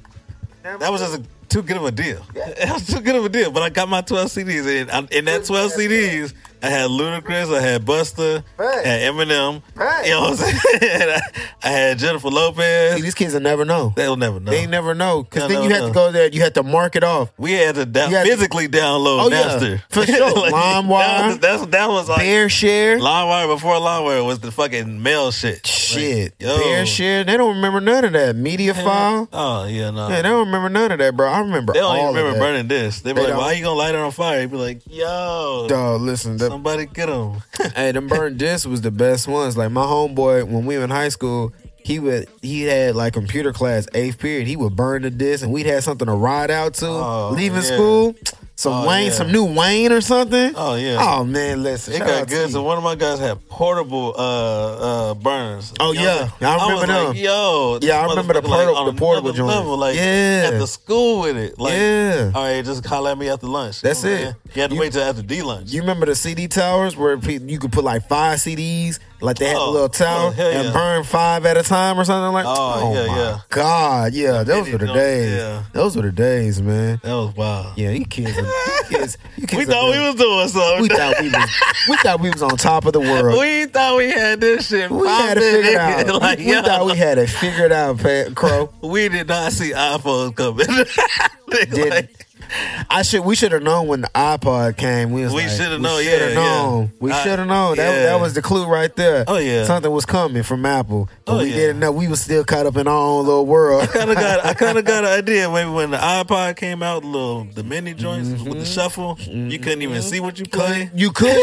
[SPEAKER 1] that was just a, too good of a deal. That was too good of a deal. But I got my 12 CDs in, I- and that 12 CDs I had Ludacris, I had Buster,
[SPEAKER 2] Right.
[SPEAKER 1] I had Eminem.
[SPEAKER 2] Right.
[SPEAKER 1] You know what I'm saying? I, I had Jennifer Lopez.
[SPEAKER 2] See, these kids will never know.
[SPEAKER 1] They'll never know.
[SPEAKER 2] They never know because
[SPEAKER 1] They'll
[SPEAKER 2] then you
[SPEAKER 1] never
[SPEAKER 2] have to
[SPEAKER 1] know.
[SPEAKER 2] go there. You have to mark it off.
[SPEAKER 1] we had to down,
[SPEAKER 2] You had to-
[SPEAKER 1] physically download
[SPEAKER 2] Oh, yeah.
[SPEAKER 1] Napster
[SPEAKER 2] For sure. LimeWire.
[SPEAKER 1] That was, that's, that was like
[SPEAKER 2] Bear share,
[SPEAKER 1] LimeWire before LimeWire was the fucking mail shit.
[SPEAKER 2] shit,
[SPEAKER 1] Like, yo.
[SPEAKER 2] bear share. They don't remember none of that. Media file.
[SPEAKER 1] Oh yeah, no.
[SPEAKER 2] Yeah, they don't remember none of that, bro. I remember.
[SPEAKER 1] They don't
[SPEAKER 2] all
[SPEAKER 1] even remember
[SPEAKER 2] of that.
[SPEAKER 1] burning this. They be
[SPEAKER 2] They
[SPEAKER 1] like,
[SPEAKER 2] don't.
[SPEAKER 1] "Why you gonna light it on fire?" They be like, "Yo,
[SPEAKER 2] Dog, listen, the,
[SPEAKER 1] somebody get him."
[SPEAKER 2] hey, them burnt discs was the best ones. Like my homeboy, when we were in high school, he would he had like computer class eighth period. He would burn the disc, and we'd have something to ride out to.
[SPEAKER 1] Oh,
[SPEAKER 2] Leaving
[SPEAKER 1] yeah.
[SPEAKER 2] school, some
[SPEAKER 1] Oh,
[SPEAKER 2] Wayne,
[SPEAKER 1] yeah.
[SPEAKER 2] some new Wayne or something.
[SPEAKER 1] oh yeah.
[SPEAKER 2] Oh man, listen,
[SPEAKER 1] It
[SPEAKER 2] shout out
[SPEAKER 1] got
[SPEAKER 2] to
[SPEAKER 1] good.
[SPEAKER 2] you.
[SPEAKER 1] So one of my guys had portable uh uh burners.
[SPEAKER 2] Oh,
[SPEAKER 1] You know what
[SPEAKER 2] yeah.
[SPEAKER 1] I'm
[SPEAKER 2] I
[SPEAKER 1] saying? was
[SPEAKER 2] remember
[SPEAKER 1] Like,
[SPEAKER 2] them.
[SPEAKER 1] Yo, this
[SPEAKER 2] Yeah, I remember the
[SPEAKER 1] motherfucker, like,
[SPEAKER 2] porta-
[SPEAKER 1] on
[SPEAKER 2] the portable
[SPEAKER 1] another level,
[SPEAKER 2] joint.
[SPEAKER 1] like
[SPEAKER 2] Yeah.
[SPEAKER 1] at the school with it. Like,
[SPEAKER 2] Yeah.
[SPEAKER 1] all right, just holler at me after lunch. You
[SPEAKER 2] That's
[SPEAKER 1] know what
[SPEAKER 2] it.
[SPEAKER 1] I'm saying? You had to
[SPEAKER 2] You-
[SPEAKER 1] wait till after D lunch.
[SPEAKER 2] You remember the CD towers where pe- you could put like five CDs, like they had
[SPEAKER 1] Oh,
[SPEAKER 2] a little tower
[SPEAKER 1] oh, hell
[SPEAKER 2] and
[SPEAKER 1] yeah.
[SPEAKER 2] burn five at a time or something like.
[SPEAKER 1] Oh, yeah,
[SPEAKER 2] my
[SPEAKER 1] yeah.
[SPEAKER 2] God, yeah, those were the
[SPEAKER 1] video,
[SPEAKER 2] days.
[SPEAKER 1] yeah.
[SPEAKER 2] Those were the days, man.
[SPEAKER 1] that was wild.
[SPEAKER 2] Yeah, you kids, are, you kids, you kids
[SPEAKER 1] we
[SPEAKER 2] are
[SPEAKER 1] thought we
[SPEAKER 2] real-
[SPEAKER 1] was doing something.
[SPEAKER 2] we thought we was, we thought we was on top of the world. We,
[SPEAKER 1] We thought we had this shit.
[SPEAKER 2] had it
[SPEAKER 1] popping.
[SPEAKER 2] figured out. We-
[SPEAKER 1] like,
[SPEAKER 2] we,
[SPEAKER 1] yo,
[SPEAKER 2] thought we had it figured out, Pat Crow.
[SPEAKER 1] we did not see iPhones coming. Like,
[SPEAKER 2] Didn't. I should. We should have known when the iPod came. We, was
[SPEAKER 1] We
[SPEAKER 2] like,
[SPEAKER 1] shoulda known,
[SPEAKER 2] We should have
[SPEAKER 1] yeah,
[SPEAKER 2] known.
[SPEAKER 1] yeah.
[SPEAKER 2] We
[SPEAKER 1] I-
[SPEAKER 2] should have known. That,
[SPEAKER 1] yeah.
[SPEAKER 2] that was the clue right there.
[SPEAKER 1] Oh, yeah.
[SPEAKER 2] something was coming from Apple, but
[SPEAKER 1] Oh,
[SPEAKER 2] we
[SPEAKER 1] yeah.
[SPEAKER 2] didn't know. We was still caught up in our own little world.
[SPEAKER 1] kind of got I kind of got an idea maybe when the iPod came out, the little the mini joints with
[SPEAKER 2] Mm-hmm.
[SPEAKER 1] the shuffle, you couldn't even see what you play.
[SPEAKER 2] you could.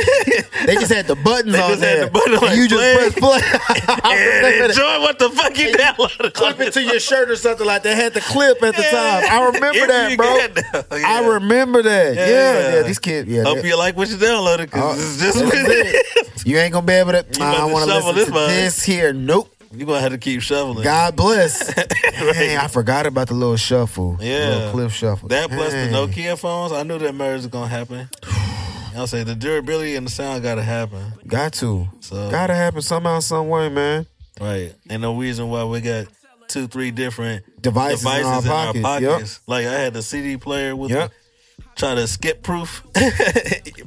[SPEAKER 2] they just had the buttons
[SPEAKER 1] They
[SPEAKER 2] on
[SPEAKER 1] just had
[SPEAKER 2] there.
[SPEAKER 1] the button,
[SPEAKER 2] and
[SPEAKER 1] like,
[SPEAKER 2] you just
[SPEAKER 1] play.
[SPEAKER 2] press play. I
[SPEAKER 1] And
[SPEAKER 2] remember that.
[SPEAKER 1] enjoy what the fuck you downloaded.
[SPEAKER 2] Clip it to your shirt or something like that. Had the clip at the
[SPEAKER 1] Yeah.
[SPEAKER 2] time. I remember
[SPEAKER 1] If
[SPEAKER 2] that,
[SPEAKER 1] you
[SPEAKER 2] bro.
[SPEAKER 1] got that, yeah.
[SPEAKER 2] I remember that. Yeah,
[SPEAKER 1] Yeah,
[SPEAKER 2] yeah.
[SPEAKER 1] yeah.
[SPEAKER 2] these kids. Yeah,
[SPEAKER 1] Hope
[SPEAKER 2] they-
[SPEAKER 1] you like what you downloaded because
[SPEAKER 2] Oh,
[SPEAKER 1] it's just
[SPEAKER 2] that's it. you ain't gonna be able to. Nah,
[SPEAKER 1] about
[SPEAKER 2] I
[SPEAKER 1] to
[SPEAKER 2] want to
[SPEAKER 1] shovel
[SPEAKER 2] listen
[SPEAKER 1] this
[SPEAKER 2] to
[SPEAKER 1] mug.
[SPEAKER 2] this here. Nope.
[SPEAKER 1] you gonna have to keep shoveling.
[SPEAKER 2] God bless.
[SPEAKER 1] Right.
[SPEAKER 2] Dang, I forgot about the little shuffle. the
[SPEAKER 1] Yeah.
[SPEAKER 2] little clip shuffle.
[SPEAKER 1] That plus
[SPEAKER 2] Dang.
[SPEAKER 1] the Nokia phones, I knew that merge was gonna happen. I'll say the durability and the sound gotta happen.
[SPEAKER 2] Got to.
[SPEAKER 1] So
[SPEAKER 2] Gotta happen somehow, some way, man.
[SPEAKER 1] Right. Ain't no reason why we got two, three different
[SPEAKER 2] Devices
[SPEAKER 1] devices,
[SPEAKER 2] in our
[SPEAKER 1] in, our
[SPEAKER 2] pockets.
[SPEAKER 1] pockets.
[SPEAKER 2] Yep.
[SPEAKER 1] Like I had the CD player with
[SPEAKER 2] Yep.
[SPEAKER 1] the, try to skip proof,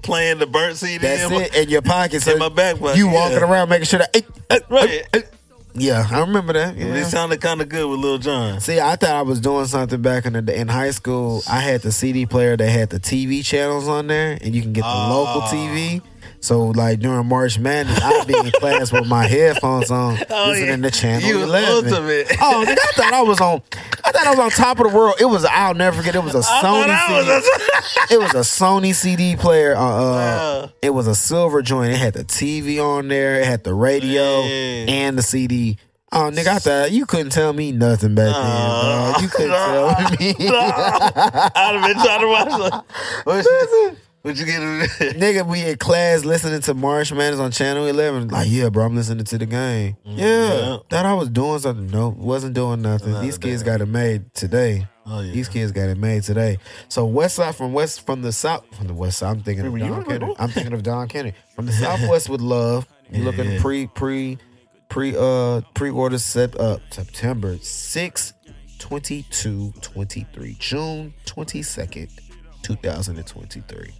[SPEAKER 1] playing the burnt CD.
[SPEAKER 2] That's
[SPEAKER 1] in my-
[SPEAKER 2] it in your pocket. So
[SPEAKER 1] in my back pocket,
[SPEAKER 2] you
[SPEAKER 1] yeah.
[SPEAKER 2] walking around making sure that. eh, eh,
[SPEAKER 1] Right.
[SPEAKER 2] eh, eh. Yeah, I remember that.
[SPEAKER 1] But It
[SPEAKER 2] Yeah.
[SPEAKER 1] sounded kind of good with Lil Jon.
[SPEAKER 2] See, I thought I was doing something back in the day. in high school. I had the CD player that had the TV channels on there, and you can get the
[SPEAKER 1] Ah.
[SPEAKER 2] local TV. So, like during March Madness, I'd be in class with my headphones on,
[SPEAKER 1] Oh,
[SPEAKER 2] listening
[SPEAKER 1] yeah.
[SPEAKER 2] to Channel
[SPEAKER 1] You
[SPEAKER 2] 11.
[SPEAKER 1] ultimate.
[SPEAKER 2] Oh, nigga, I thought I was on. I thought I was on top of the world. It was. I'll never forget. It was a
[SPEAKER 1] I
[SPEAKER 2] Sony.
[SPEAKER 1] thought I
[SPEAKER 2] CD.
[SPEAKER 1] was
[SPEAKER 2] it was a Sony CD player. Uh, uh,
[SPEAKER 1] Wow.
[SPEAKER 2] It was a silver joint. It had the TV on there. It had the radio
[SPEAKER 1] Man.
[SPEAKER 2] and the CD. Oh, nigga, I thought you couldn't tell me nothing back then,
[SPEAKER 1] Nah.
[SPEAKER 2] bro. You couldn't tell me.
[SPEAKER 1] a, I'd have been trying to watch. Like, what you, what you get?
[SPEAKER 2] Nigga, we in class listening to Marsh Madness on Channel 11. Like, yeah, bro, I'm listening to the game. Yeah.
[SPEAKER 1] Mm-hmm. yeah.
[SPEAKER 2] Thought I was doing something. Nope, wasn't doing nothing.
[SPEAKER 1] Not
[SPEAKER 2] These
[SPEAKER 1] today.
[SPEAKER 2] kids got it made today.
[SPEAKER 1] Oh, yeah.
[SPEAKER 2] These kids got it made today. So west side from west from the south from the west side. I'm thinking of
[SPEAKER 1] Remember, you
[SPEAKER 2] Don
[SPEAKER 1] remember?
[SPEAKER 2] Kennedy. I'm thinking of Don Kennedy from the southwest with love. You
[SPEAKER 1] Yeah,
[SPEAKER 2] looking
[SPEAKER 1] yeah.
[SPEAKER 2] pre pre pre uh pre order set up September 6, 22, 23, June 22nd, 2023,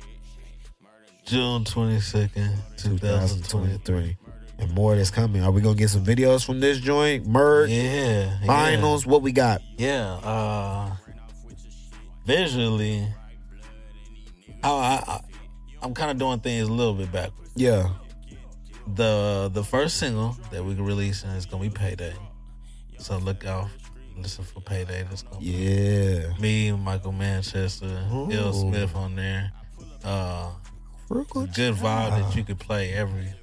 [SPEAKER 1] June twenty second, two thousand twenty.
[SPEAKER 2] 2023. And more that's coming. Are we gonna get some videos from this joint? Merge
[SPEAKER 1] Yeah. yeah.
[SPEAKER 2] finals. What we got?
[SPEAKER 1] yeah uh visually I, I I- i'm kind of doing things a little bit backward
[SPEAKER 2] Yeah,
[SPEAKER 1] the the first single that we can release and it's gonna be payday so look out listen for payday that's gonna be
[SPEAKER 2] yeah.
[SPEAKER 1] me michael manchester
[SPEAKER 2] Ooh.
[SPEAKER 1] Bill smith on there uh
[SPEAKER 2] Frugal
[SPEAKER 1] it's a good vibe that you could play every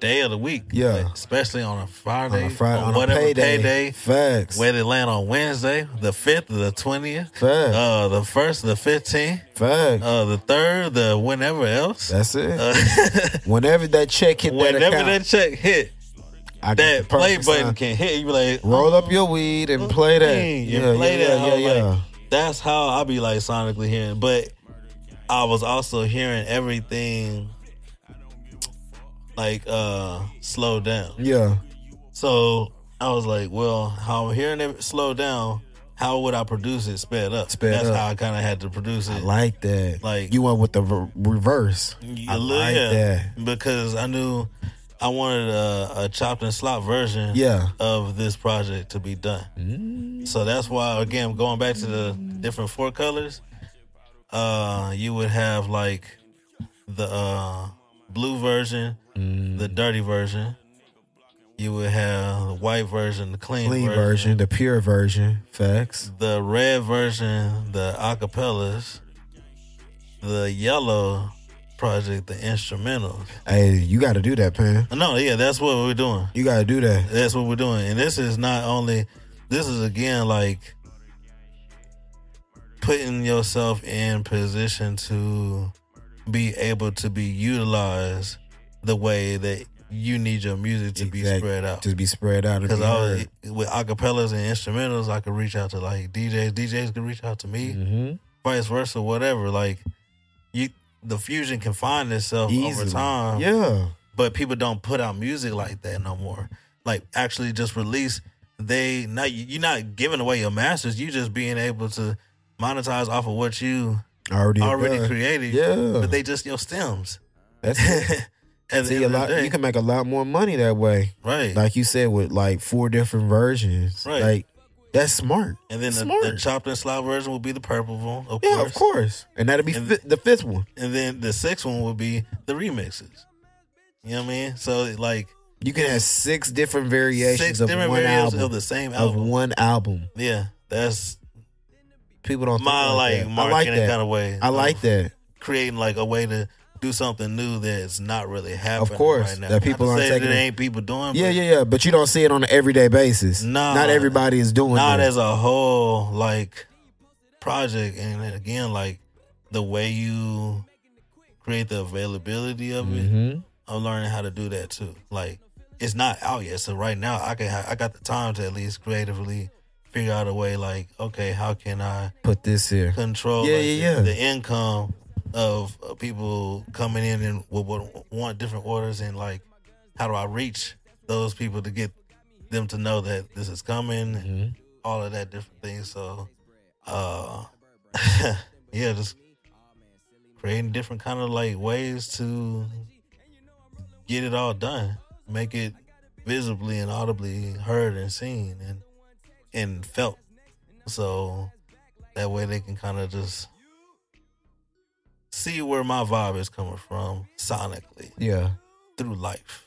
[SPEAKER 1] day of the week
[SPEAKER 2] Yeah.
[SPEAKER 1] like, especially on a friday
[SPEAKER 2] on a Friday
[SPEAKER 1] or
[SPEAKER 2] on a
[SPEAKER 1] whatever
[SPEAKER 2] payday.
[SPEAKER 1] payday
[SPEAKER 2] Facts.
[SPEAKER 1] where they land on Wednesday, the fifth, the twentieth,
[SPEAKER 2] Fair.
[SPEAKER 1] uh, the first, the fifteenth,
[SPEAKER 2] Facts.
[SPEAKER 1] uh, the third, the whenever else.
[SPEAKER 2] That's it.
[SPEAKER 1] Uh,
[SPEAKER 2] whenever that check hit that
[SPEAKER 1] whenever
[SPEAKER 2] account,
[SPEAKER 1] that check hit,
[SPEAKER 2] I got the
[SPEAKER 1] that play
[SPEAKER 2] perfect
[SPEAKER 1] button
[SPEAKER 2] sign.
[SPEAKER 1] can hit. You be like,
[SPEAKER 2] Roll up your weed and play that.
[SPEAKER 1] Dang, you
[SPEAKER 2] yeah,
[SPEAKER 1] play
[SPEAKER 2] yeah,
[SPEAKER 1] that. I
[SPEAKER 2] yeah,
[SPEAKER 1] was
[SPEAKER 2] yeah, yeah.
[SPEAKER 1] like, that's how I be like sonically hearing. But I was also hearing everything like uh slow down.
[SPEAKER 2] yeah.
[SPEAKER 1] So I was like, well, how I'm hearing it slow down, how would I produce it sped up?
[SPEAKER 2] Sped
[SPEAKER 1] That's
[SPEAKER 2] up.
[SPEAKER 1] how I kind of had to produce
[SPEAKER 2] I
[SPEAKER 1] it.
[SPEAKER 2] like that.
[SPEAKER 1] Like-
[SPEAKER 2] you went with the ver- reverse.
[SPEAKER 1] You
[SPEAKER 2] I
[SPEAKER 1] look-
[SPEAKER 2] like
[SPEAKER 1] yeah,
[SPEAKER 2] that.
[SPEAKER 1] because I knew I wanted a, a chopped and slot version
[SPEAKER 2] Yeah.
[SPEAKER 1] of this project to be done. So that's why, again, going back to the different four colors, uh, you would have like the uh, blue version,
[SPEAKER 2] Mm.
[SPEAKER 1] the dirty version. You would have the white version, the clean,
[SPEAKER 2] Clean
[SPEAKER 1] version,
[SPEAKER 2] version, the pure version. Facts.
[SPEAKER 1] the red version, the acapellas, the yellow project, the instrumentals.
[SPEAKER 2] Hey, you got to do that, Pam.
[SPEAKER 1] No, yeah, that's what we're doing.
[SPEAKER 2] You got to do that.
[SPEAKER 1] That's what we're doing. And this is not only this is again like putting yourself in position to be able to be utilized the way that you need your music to be
[SPEAKER 2] Exact-
[SPEAKER 1] spread out.
[SPEAKER 2] To be spread out. and
[SPEAKER 1] Because
[SPEAKER 2] be
[SPEAKER 1] I
[SPEAKER 2] heard.
[SPEAKER 1] was, with acapellas and instrumentals, I could reach out to like DJs. DJs could reach out to me,
[SPEAKER 2] Mhm.
[SPEAKER 1] vice versa, whatever. Like you, the fusion can find itself over
[SPEAKER 2] Easily.
[SPEAKER 1] time
[SPEAKER 2] Yeah.
[SPEAKER 1] but people don't put out music like that no more. Like actually just release they not you're not giving away your masters, you just being able to monetize off of what you
[SPEAKER 2] Already.
[SPEAKER 1] already
[SPEAKER 2] done.
[SPEAKER 1] created.
[SPEAKER 2] Yeah.
[SPEAKER 1] But they just your stems.
[SPEAKER 2] That's it.
[SPEAKER 1] And
[SPEAKER 2] See a lot. You can make a lot more money that way.
[SPEAKER 1] right.
[SPEAKER 2] Like you said, with like four different versions.
[SPEAKER 1] Right.
[SPEAKER 2] Like that's smart.
[SPEAKER 1] and then the, the
[SPEAKER 2] smart.
[SPEAKER 1] chopped and slot version will be the purple one, of
[SPEAKER 2] Yeah,
[SPEAKER 1] course.
[SPEAKER 2] of course. And that'll be
[SPEAKER 1] And-
[SPEAKER 2] fi- the fifth one.
[SPEAKER 1] And then the sixth one will be the remixes. You know what I mean? So like
[SPEAKER 2] You can have six different variations
[SPEAKER 1] six
[SPEAKER 2] of
[SPEAKER 1] different
[SPEAKER 2] one
[SPEAKER 1] variations
[SPEAKER 2] album.
[SPEAKER 1] of the same
[SPEAKER 2] of
[SPEAKER 1] album.
[SPEAKER 2] one album.
[SPEAKER 1] yeah. That's
[SPEAKER 2] People don't.
[SPEAKER 1] my like,
[SPEAKER 2] think
[SPEAKER 1] marketing
[SPEAKER 2] like, that. I like that.
[SPEAKER 1] kind of way.
[SPEAKER 2] I like that.
[SPEAKER 1] creating like a way to do something new that's not really happening.
[SPEAKER 2] course,
[SPEAKER 1] right now.
[SPEAKER 2] that people
[SPEAKER 1] Not to
[SPEAKER 2] aren't
[SPEAKER 1] say
[SPEAKER 2] taking
[SPEAKER 1] that
[SPEAKER 2] it.
[SPEAKER 1] ain't people doing.
[SPEAKER 2] Yeah,
[SPEAKER 1] but
[SPEAKER 2] yeah, yeah. But you don't see it on an everyday basis.
[SPEAKER 1] Nah.
[SPEAKER 2] not everybody is doing
[SPEAKER 1] Not
[SPEAKER 2] that.
[SPEAKER 1] as a whole like project, and then again, like the way you create the availability of it.
[SPEAKER 2] Mhm.
[SPEAKER 1] I'm learning how to do that too. Like it's not out yet, so right now I can ha- I got the time to at least creatively figure out a way. Like okay, how can I
[SPEAKER 2] Put this here.
[SPEAKER 1] control
[SPEAKER 2] Yeah,
[SPEAKER 1] like,
[SPEAKER 2] yeah,
[SPEAKER 1] the,
[SPEAKER 2] yeah.
[SPEAKER 1] the income of uh, people coming in and would, would want different orders and like how do I reach those people to get them to know that this is coming and all of that different things so uh yeah just creating different kind of like ways to get it all done make it visibly and audibly heard and seen and and felt so that way they can kind of just see where my vibe is coming from sonically
[SPEAKER 2] Yeah,
[SPEAKER 1] through life.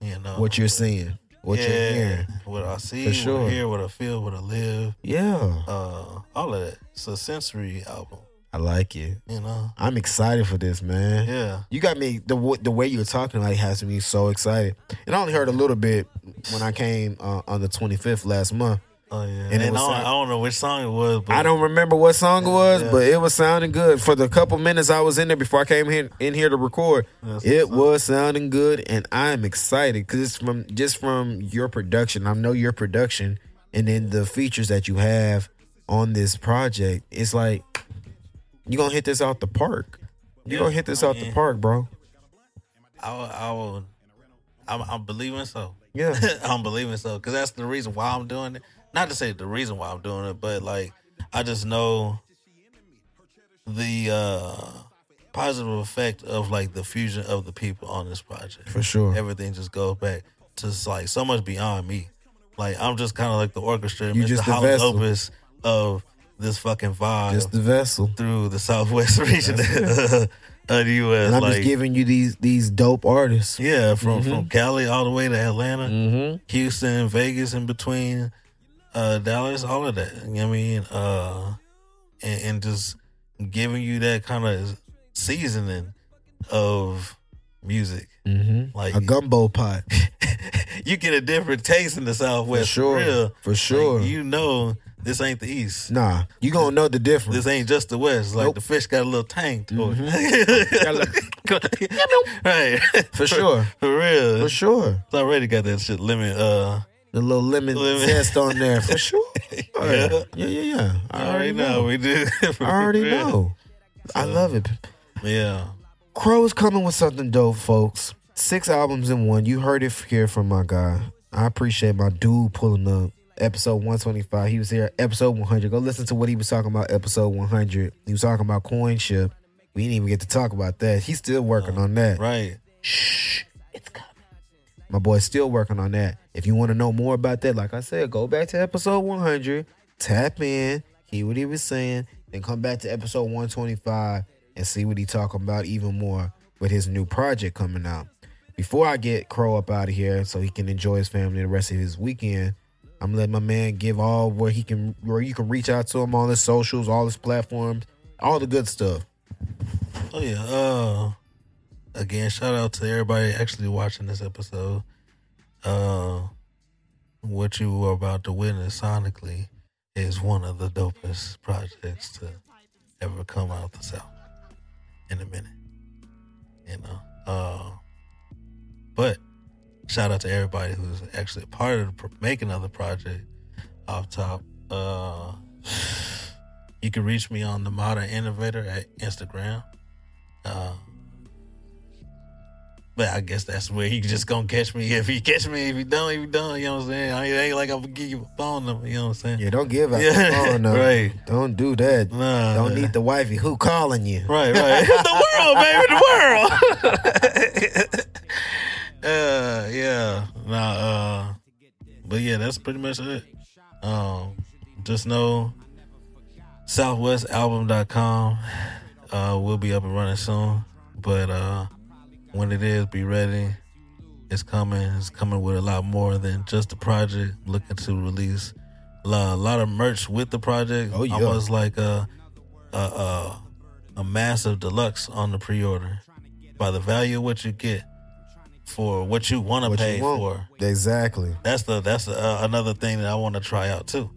[SPEAKER 1] You know
[SPEAKER 2] what you're seeing, what
[SPEAKER 1] yeah,
[SPEAKER 2] you're hearing.
[SPEAKER 1] what I see,
[SPEAKER 2] For
[SPEAKER 1] what
[SPEAKER 2] sure.
[SPEAKER 1] I hear, what I feel, what I live,
[SPEAKER 2] Yeah,
[SPEAKER 1] uh, all of that. It's a sensory album,
[SPEAKER 2] I like it.
[SPEAKER 1] you know.
[SPEAKER 2] I'm excited for this, man.
[SPEAKER 1] Yeah,
[SPEAKER 2] You got me the w- the way you were talking like has me so excited. And I only heard a little bit when I came uh, on the 25th last month.
[SPEAKER 1] oh yeah. And,
[SPEAKER 2] And it
[SPEAKER 1] I,
[SPEAKER 2] was
[SPEAKER 1] don't,
[SPEAKER 2] sound-
[SPEAKER 1] I don't know which song it was, but
[SPEAKER 2] I don't remember what song it was,
[SPEAKER 1] Yeah.
[SPEAKER 2] but it was sounding good. For the couple minutes I was in there before I came here in here to record,
[SPEAKER 1] That's
[SPEAKER 2] it was sounding good, and I'm excited because it's from just from your production. I know your production, and then the features that you have on this project. It's like you gonna hit this out the park. You
[SPEAKER 1] Yeah.
[SPEAKER 2] gonna hit this
[SPEAKER 1] I
[SPEAKER 2] out the
[SPEAKER 1] mean-
[SPEAKER 2] park, bro.
[SPEAKER 1] I, will- I will. I'm, I'm believing so.
[SPEAKER 2] Yeah.
[SPEAKER 1] I'm believing so because that's the reason why I'm doing it. Not to say the reason why I'm doing it, but like I just know the uh positive effect of like the fusion of the people on this project.
[SPEAKER 2] For sure.
[SPEAKER 1] Everything just goes back to just, like so much beyond me. Like I'm just kind of like the orchestra,
[SPEAKER 2] You
[SPEAKER 1] Mr.
[SPEAKER 2] just the
[SPEAKER 1] Hollis
[SPEAKER 2] vessel.
[SPEAKER 1] Opus of this fucking vibe
[SPEAKER 2] Just the vessel.
[SPEAKER 1] through the Southwest region of the U.S.
[SPEAKER 2] And I'm
[SPEAKER 1] like,
[SPEAKER 2] just giving you these these dope artists.
[SPEAKER 1] yeah, from from Cali all the way to Atlanta.
[SPEAKER 2] Mm-hmm.
[SPEAKER 1] Houston, Vegas, in between, uh, Dallas, all of that. You know what I mean? Uh, and, and just giving you that kind of seasoning of music.
[SPEAKER 2] Mm-hmm.
[SPEAKER 1] Like-
[SPEAKER 2] a gumbo pot.
[SPEAKER 1] you get a different taste in the
[SPEAKER 2] For
[SPEAKER 1] Southwest.
[SPEAKER 2] sure.
[SPEAKER 1] For real.
[SPEAKER 2] For sure.
[SPEAKER 1] Like, you know, this ain't the East.
[SPEAKER 2] nah. You gonna know the difference.
[SPEAKER 1] This ain't just the West. Like
[SPEAKER 2] Nope. Mm-hmm.
[SPEAKER 1] the fish got a little tang to it. right.
[SPEAKER 2] For sure.
[SPEAKER 1] For real.
[SPEAKER 2] For sure.
[SPEAKER 1] I already got that shit limit. Uh,
[SPEAKER 2] The little lemon,
[SPEAKER 1] Lemon.
[SPEAKER 2] zest on there. For sure.
[SPEAKER 1] Yeah.
[SPEAKER 2] Oh, yeah, yeah, yeah. I already know.
[SPEAKER 1] we do. For
[SPEAKER 2] I already
[SPEAKER 1] real.
[SPEAKER 2] know. I love it.
[SPEAKER 1] Yeah.
[SPEAKER 2] Crow's coming with something dope, folks. Six albums in one. You heard it here from my guy. I appreciate my dude pulling up. episode 125. He was here, episode 100. Go listen to what he was talking about, episode 100. He was talking about coinship. We didn't even get to talk about that. He's still working
[SPEAKER 1] Oh,
[SPEAKER 2] on that.
[SPEAKER 1] Right.
[SPEAKER 2] Shh, it's coming. My boy's still working on that. If you want to know more about that, like I said, go back to episode 100, tap in, hear what he was saying, then come back to episode 125 and see what he talking about even more with his new project coming out. Before I get Crow up out of here so he can enjoy his family the rest of his weekend, I'm letting my man give all where he can where you can reach out to him on his socials, all his platforms, all the good stuff.
[SPEAKER 1] Oh yeah. Uh, again, shout out to everybody actually watching this episode. Uh, what you were about to witness sonically is one of the dopest projects to ever come out the south in a minute. You know. Uh, but shout out to everybody who's actually a part of the pro- making of the project. Off top. Uh, you can reach me on the Modern Innovator at Instagram. Uh, but I guess that's where he just gonna catch me. If he catch me, if he don't, if he don't, you know what I'm saying? I ain't, ain't like I'm gonna give you a phone number, you know what I'm saying?
[SPEAKER 2] Yeah, don't give out
[SPEAKER 1] Yeah,
[SPEAKER 2] the phone, though.
[SPEAKER 1] right.
[SPEAKER 2] Don't do that.
[SPEAKER 1] Nah,
[SPEAKER 2] don't
[SPEAKER 1] nah.
[SPEAKER 2] need the wifey. Who calling you?
[SPEAKER 1] Right, right. the world, baby, the world. uh, yeah. Nah, uh, but yeah, that's pretty much it. Um, just know southwestalbum.com uh, will be up and running soon. But uh, when it is, be ready. It's coming. It's coming with a lot more than just the project. Looking to release a lot, a lot of merch with the project.
[SPEAKER 2] Oh, yeah.
[SPEAKER 1] Almost like a, a, a, a massive deluxe on the pre order. By the value of what you get for what you want to
[SPEAKER 2] What
[SPEAKER 1] pay
[SPEAKER 2] you want.
[SPEAKER 1] for
[SPEAKER 2] Exactly.
[SPEAKER 1] that's the that's uh, another thing that I want to try out too.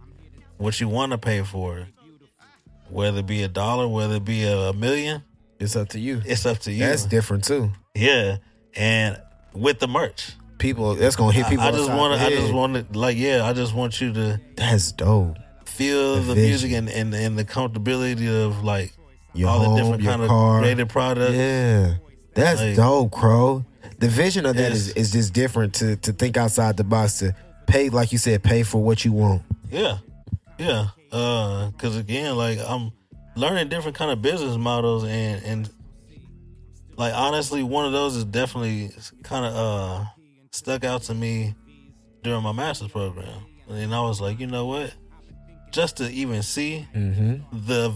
[SPEAKER 1] What you want to pay for it, whether it be a dollar, whether it be a, a million,
[SPEAKER 2] It's up to you.
[SPEAKER 1] it's up to you.
[SPEAKER 2] That's different too.
[SPEAKER 1] yeah, and with the merch,
[SPEAKER 2] People, that's gonna hit
[SPEAKER 1] I,
[SPEAKER 2] people.
[SPEAKER 1] I just
[SPEAKER 2] upside
[SPEAKER 1] want to.
[SPEAKER 2] the
[SPEAKER 1] I
[SPEAKER 2] head.
[SPEAKER 1] just want to like yeah. I just want you to
[SPEAKER 2] That's dope.
[SPEAKER 1] feel
[SPEAKER 2] The
[SPEAKER 1] the, music and, and and the comfortability of like
[SPEAKER 2] Your
[SPEAKER 1] all
[SPEAKER 2] home,
[SPEAKER 1] the different
[SPEAKER 2] your
[SPEAKER 1] kind
[SPEAKER 2] car.
[SPEAKER 1] of created products.
[SPEAKER 2] Yeah, that's
[SPEAKER 1] Like-
[SPEAKER 2] dope, Crow. The vision of that
[SPEAKER 1] Yes.
[SPEAKER 2] is, is just different to to think outside the box to pay, like you said, pay for what you want.
[SPEAKER 1] Yeah, yeah. Uh, cause again, like I'm learning different kind of business models, and and like honestly, one of those is definitely kind of uh stuck out to me during my master's program, and I was like, you know what? Just to even see
[SPEAKER 2] Mm-hmm.
[SPEAKER 1] the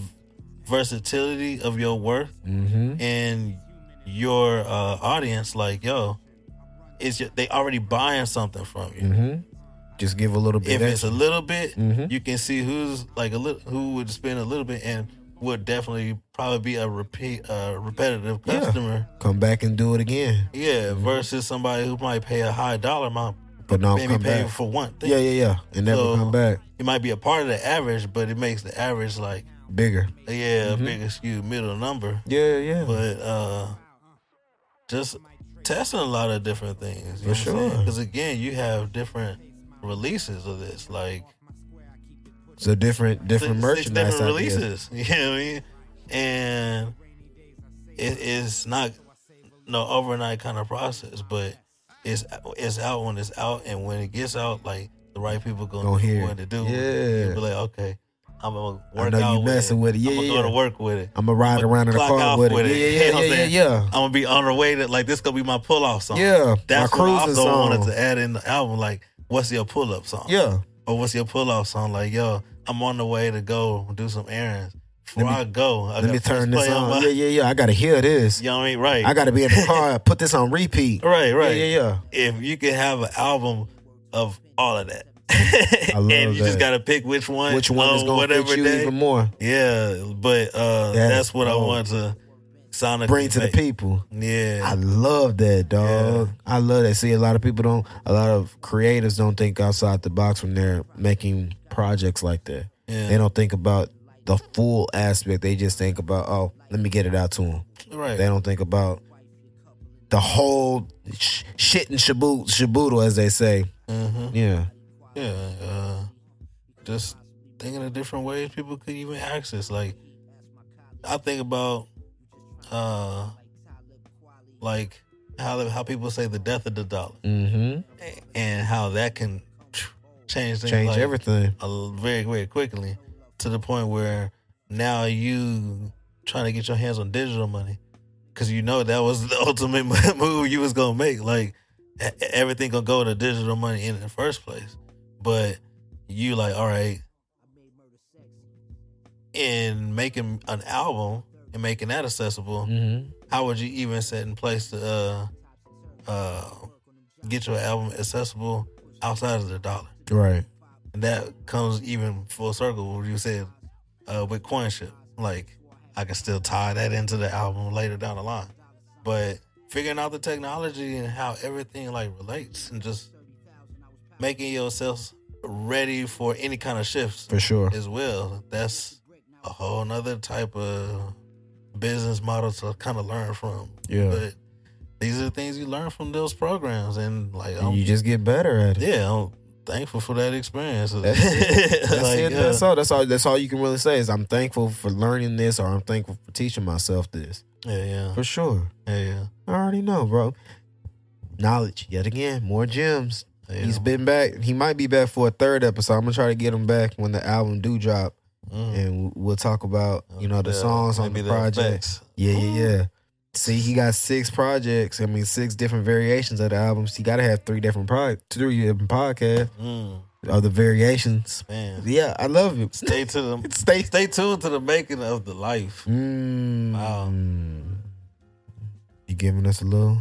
[SPEAKER 1] versatility of your work
[SPEAKER 2] Mm-hmm.
[SPEAKER 1] and your uh, audience, like yo, it's your, they already buying something from you
[SPEAKER 2] Mm-hmm. Just give a little bit.
[SPEAKER 1] if it's
[SPEAKER 2] extra.
[SPEAKER 1] a little bit,
[SPEAKER 2] Mhm.
[SPEAKER 1] you can see who's like a little who would spend a little bit and would definitely probably be a repeat uh repetitive
[SPEAKER 2] Yeah. Mm-hmm.
[SPEAKER 1] customer.
[SPEAKER 2] Come back and do it again.
[SPEAKER 1] Yeah, versus somebody who might pay a high dollar amount,
[SPEAKER 2] But no,
[SPEAKER 1] maybe
[SPEAKER 2] come
[SPEAKER 1] pay
[SPEAKER 2] back.
[SPEAKER 1] for one thing.
[SPEAKER 2] Yeah, yeah, yeah, and never
[SPEAKER 1] So-
[SPEAKER 2] come back.
[SPEAKER 1] It might be a part of the average, but it makes the average like
[SPEAKER 2] Bigger.
[SPEAKER 1] yeah,
[SPEAKER 2] Mm-hmm.
[SPEAKER 1] a bigger skewed middle number.
[SPEAKER 2] Yeah, yeah.
[SPEAKER 1] But uh just testing a lot of different things. You
[SPEAKER 2] For sure.
[SPEAKER 1] Because again, you have different releases of this, like
[SPEAKER 2] so different, different
[SPEAKER 1] six- six
[SPEAKER 2] merchandise
[SPEAKER 1] different
[SPEAKER 2] ideas.
[SPEAKER 1] releases. You know what I mean? And it, it's not no overnight kind of process, but it's it's out when it's out, and when it gets out, like the right people gonna
[SPEAKER 2] Gonna
[SPEAKER 1] know
[SPEAKER 2] hear
[SPEAKER 1] what
[SPEAKER 2] it.
[SPEAKER 1] to do.
[SPEAKER 2] Yeah.
[SPEAKER 1] You be like, okay, I'm gonna
[SPEAKER 2] I
[SPEAKER 1] work
[SPEAKER 2] know you
[SPEAKER 1] out with
[SPEAKER 2] messing
[SPEAKER 1] it.
[SPEAKER 2] with it. Yeah,
[SPEAKER 1] I'm gonna
[SPEAKER 2] yeah,
[SPEAKER 1] go to
[SPEAKER 2] yeah.
[SPEAKER 1] work with it.
[SPEAKER 2] I'm gonna ride around in the
[SPEAKER 1] Clock
[SPEAKER 2] car
[SPEAKER 1] off
[SPEAKER 2] with it.
[SPEAKER 1] with it.
[SPEAKER 2] Yeah,
[SPEAKER 1] You know
[SPEAKER 2] yeah,
[SPEAKER 1] what I'm
[SPEAKER 2] yeah, yeah,
[SPEAKER 1] saying?
[SPEAKER 2] yeah.
[SPEAKER 1] I'm gonna be on the way to like this. Gonna be my pull off song.
[SPEAKER 2] Yeah, my
[SPEAKER 1] that's what I
[SPEAKER 2] cruising
[SPEAKER 1] also
[SPEAKER 2] song.
[SPEAKER 1] wanted to add in the album. Like, what's your pull up song?
[SPEAKER 2] Yeah,
[SPEAKER 1] or Oh, what's your pull off song? Like, yo, I'm on the way to go do some errands. Before
[SPEAKER 2] Let me-
[SPEAKER 1] I go, I
[SPEAKER 2] let
[SPEAKER 1] got
[SPEAKER 2] me turn this
[SPEAKER 1] play
[SPEAKER 2] on.
[SPEAKER 1] My,
[SPEAKER 2] Yeah, yeah, yeah. I gotta hear this.
[SPEAKER 1] You know what I mean? Right.
[SPEAKER 2] I gotta be in the car. Put this on repeat.
[SPEAKER 1] right, right.
[SPEAKER 2] Yeah, yeah,
[SPEAKER 1] If you could have an album of all of that.
[SPEAKER 2] I love
[SPEAKER 1] and you
[SPEAKER 2] that.
[SPEAKER 1] just gotta pick which one.
[SPEAKER 2] yeah. Which one is
[SPEAKER 1] on
[SPEAKER 2] gonna
[SPEAKER 1] whatever
[SPEAKER 2] fit you
[SPEAKER 1] day.
[SPEAKER 2] even more?
[SPEAKER 1] Yeah, but uh,
[SPEAKER 2] That
[SPEAKER 1] that's
[SPEAKER 2] is
[SPEAKER 1] what
[SPEAKER 2] dope.
[SPEAKER 1] I want to sonically
[SPEAKER 2] Bring to the
[SPEAKER 1] make.
[SPEAKER 2] people. I
[SPEAKER 1] Yeah,
[SPEAKER 2] love that, dog.
[SPEAKER 1] Yeah.
[SPEAKER 2] I love that. See, a lot of people don't. A lot of creators don't think outside the box when they're making projects like that.
[SPEAKER 1] Yeah.
[SPEAKER 2] They don't think about the full aspect. They just think about, oh, let me get it out to them.
[SPEAKER 1] right.
[SPEAKER 2] They don't think about the whole sh- shit and shaboot, shaboodle, as they say.
[SPEAKER 1] Mhm.
[SPEAKER 2] Yeah.
[SPEAKER 1] Yeah, uh, just thinking of different ways people could even access. Like, I think about, uh, like how how people say the death of the dollar
[SPEAKER 2] Mm-hmm.
[SPEAKER 1] and how that can change things
[SPEAKER 2] change
[SPEAKER 1] like,
[SPEAKER 2] everything.
[SPEAKER 1] a- very very quickly to the point where now you trying to get your hands on digital money because you know that was the ultimate move you was gonna make like e- everything gonna go to digital money in the first place but you like all right in making an album and making that accessible
[SPEAKER 2] Mm-hmm.
[SPEAKER 1] how would you even set in place to uh, uh, get your album accessible outside of the dollar
[SPEAKER 2] Right.
[SPEAKER 1] and that comes even full circle when you said uh, with coinship. Like I can still tie that into the album later down the line, but figuring out the technology and how everything like relates and just making yourself ready for any kind of shifts
[SPEAKER 2] For sure.
[SPEAKER 1] as well. That's a whole nother type of business model to kind of learn from.
[SPEAKER 2] Yeah.
[SPEAKER 1] But these are the things you learn from those programs, and like
[SPEAKER 2] And
[SPEAKER 1] I'm
[SPEAKER 2] you just get better at it.
[SPEAKER 1] yeah, I'm thankful for that experience.
[SPEAKER 2] That's it. That's
[SPEAKER 1] Like,
[SPEAKER 2] it.
[SPEAKER 1] yeah.
[SPEAKER 2] That's all. That's all. That's all you can really say is I'm thankful for learning this, or I'm thankful for teaching myself this.
[SPEAKER 1] yeah, yeah,
[SPEAKER 2] For sure.
[SPEAKER 1] yeah, yeah.
[SPEAKER 2] I already know, bro. Knowledge yet again. More gems.
[SPEAKER 1] yeah.
[SPEAKER 2] He's been back. He might be back for a third episode. I'm gonna try to get him back when the album do drop,
[SPEAKER 1] Mm.
[SPEAKER 2] and we'll talk about you know the
[SPEAKER 1] Yeah,
[SPEAKER 2] songs on
[SPEAKER 1] maybe
[SPEAKER 2] the project.
[SPEAKER 1] effects.
[SPEAKER 2] Yeah, yeah, yeah. See, he got six projects. I mean, six different variations of the albums. He got to have three different pro- three different podcasts
[SPEAKER 1] Mm,
[SPEAKER 2] of the variations.
[SPEAKER 1] man,
[SPEAKER 2] Yeah, I love it.
[SPEAKER 1] stay to the
[SPEAKER 2] Stay.
[SPEAKER 1] stay tuned to the making of the life.
[SPEAKER 2] Mm.
[SPEAKER 1] Wow.
[SPEAKER 2] You giving us a little?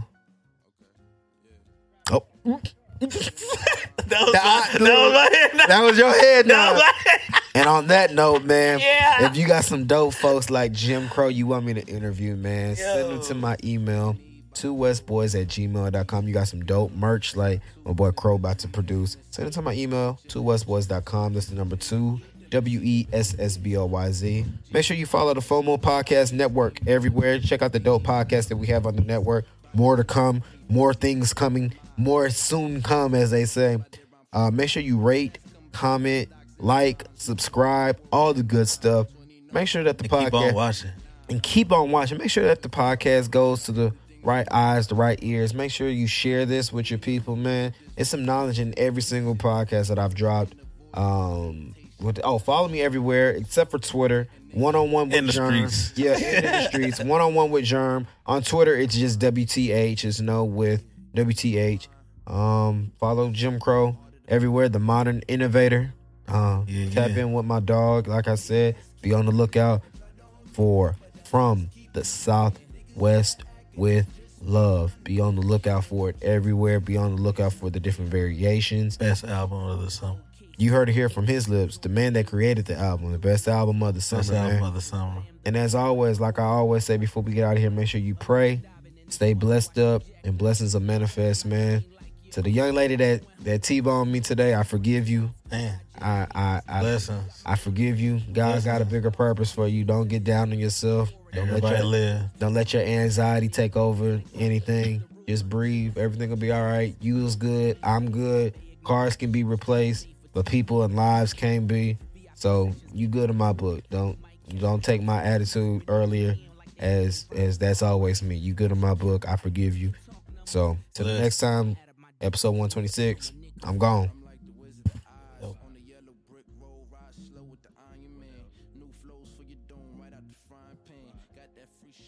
[SPEAKER 2] Oh,
[SPEAKER 1] That was
[SPEAKER 2] That-
[SPEAKER 1] my, that was my head. That,
[SPEAKER 2] that was your
[SPEAKER 1] that
[SPEAKER 2] head nod.
[SPEAKER 1] was my head.
[SPEAKER 2] And on that note, man,
[SPEAKER 1] Yeah.
[SPEAKER 2] if you got some dope folks like Jim Crow you want me to interview, man, send them to my email, two westboys at gmail.com. You got some dope merch like my boy Crow about to produce. Send it to my email, two westboys.com. That's the number two. W E S S B O Y Z. Make sure you follow the FOMO Podcast Network everywhere. Check out the dope podcast that we have on the network. More to come, more things coming, more soon come, as they say. Uh, make sure you rate, comment, like, subscribe, all the good stuff. Make sure that the
[SPEAKER 1] Keep on
[SPEAKER 2] podcast
[SPEAKER 1] watching.
[SPEAKER 2] and keep on watching. Make sure that the podcast goes to the right eyes, the right ears. Make sure you share this with your people, man. It's some knowledge in every single podcast that I've dropped. Um, with, oh, follow me everywhere except for Twitter. One on one with
[SPEAKER 1] In the
[SPEAKER 2] Germ.
[SPEAKER 1] streets.
[SPEAKER 2] Yeah, in the streets. One on one with Germ. On Twitter, it's just WTH. It's no with WTH. Um, follow Jim Crow everywhere. The modern innovator. Um,
[SPEAKER 1] Yeah,
[SPEAKER 2] tap
[SPEAKER 1] yeah.
[SPEAKER 2] in with my dog. Like I said, be on the lookout for From the Southwest with Love. Be on the lookout for it everywhere. Be on the lookout for the different variations.
[SPEAKER 1] Best album of the summer.
[SPEAKER 2] You heard it here from his lips, the man that created the album, the best album of the summer.
[SPEAKER 1] Best
[SPEAKER 2] man.
[SPEAKER 1] album of the summer.
[SPEAKER 2] And as always, like I always say before we get out of here, make sure you pray, stay blessed up, and blessings will manifest, man. To the young lady that that T-boned me today, I forgive you.
[SPEAKER 1] Man,
[SPEAKER 2] I I I,
[SPEAKER 1] blessings.
[SPEAKER 2] I forgive you. God's got a bigger purpose for you. Don't get down on yourself. Don't let
[SPEAKER 1] Everybody
[SPEAKER 2] your
[SPEAKER 1] live.
[SPEAKER 2] don't let your anxiety take over anything. Just breathe. Everything will be all right. You is good. I'm good. Cars can be replaced, but people and lives can't be. So you good in my book. Don't don't take my attitude earlier as as that's always me. You good in my book. I forgive you. So till the
[SPEAKER 1] Bless.
[SPEAKER 2] next time, episode 126. I'm gone.
[SPEAKER 3] On the yellow brick road, ride slow with the Iron Man. New flows for your dome right out the frying pan. Got that free shit.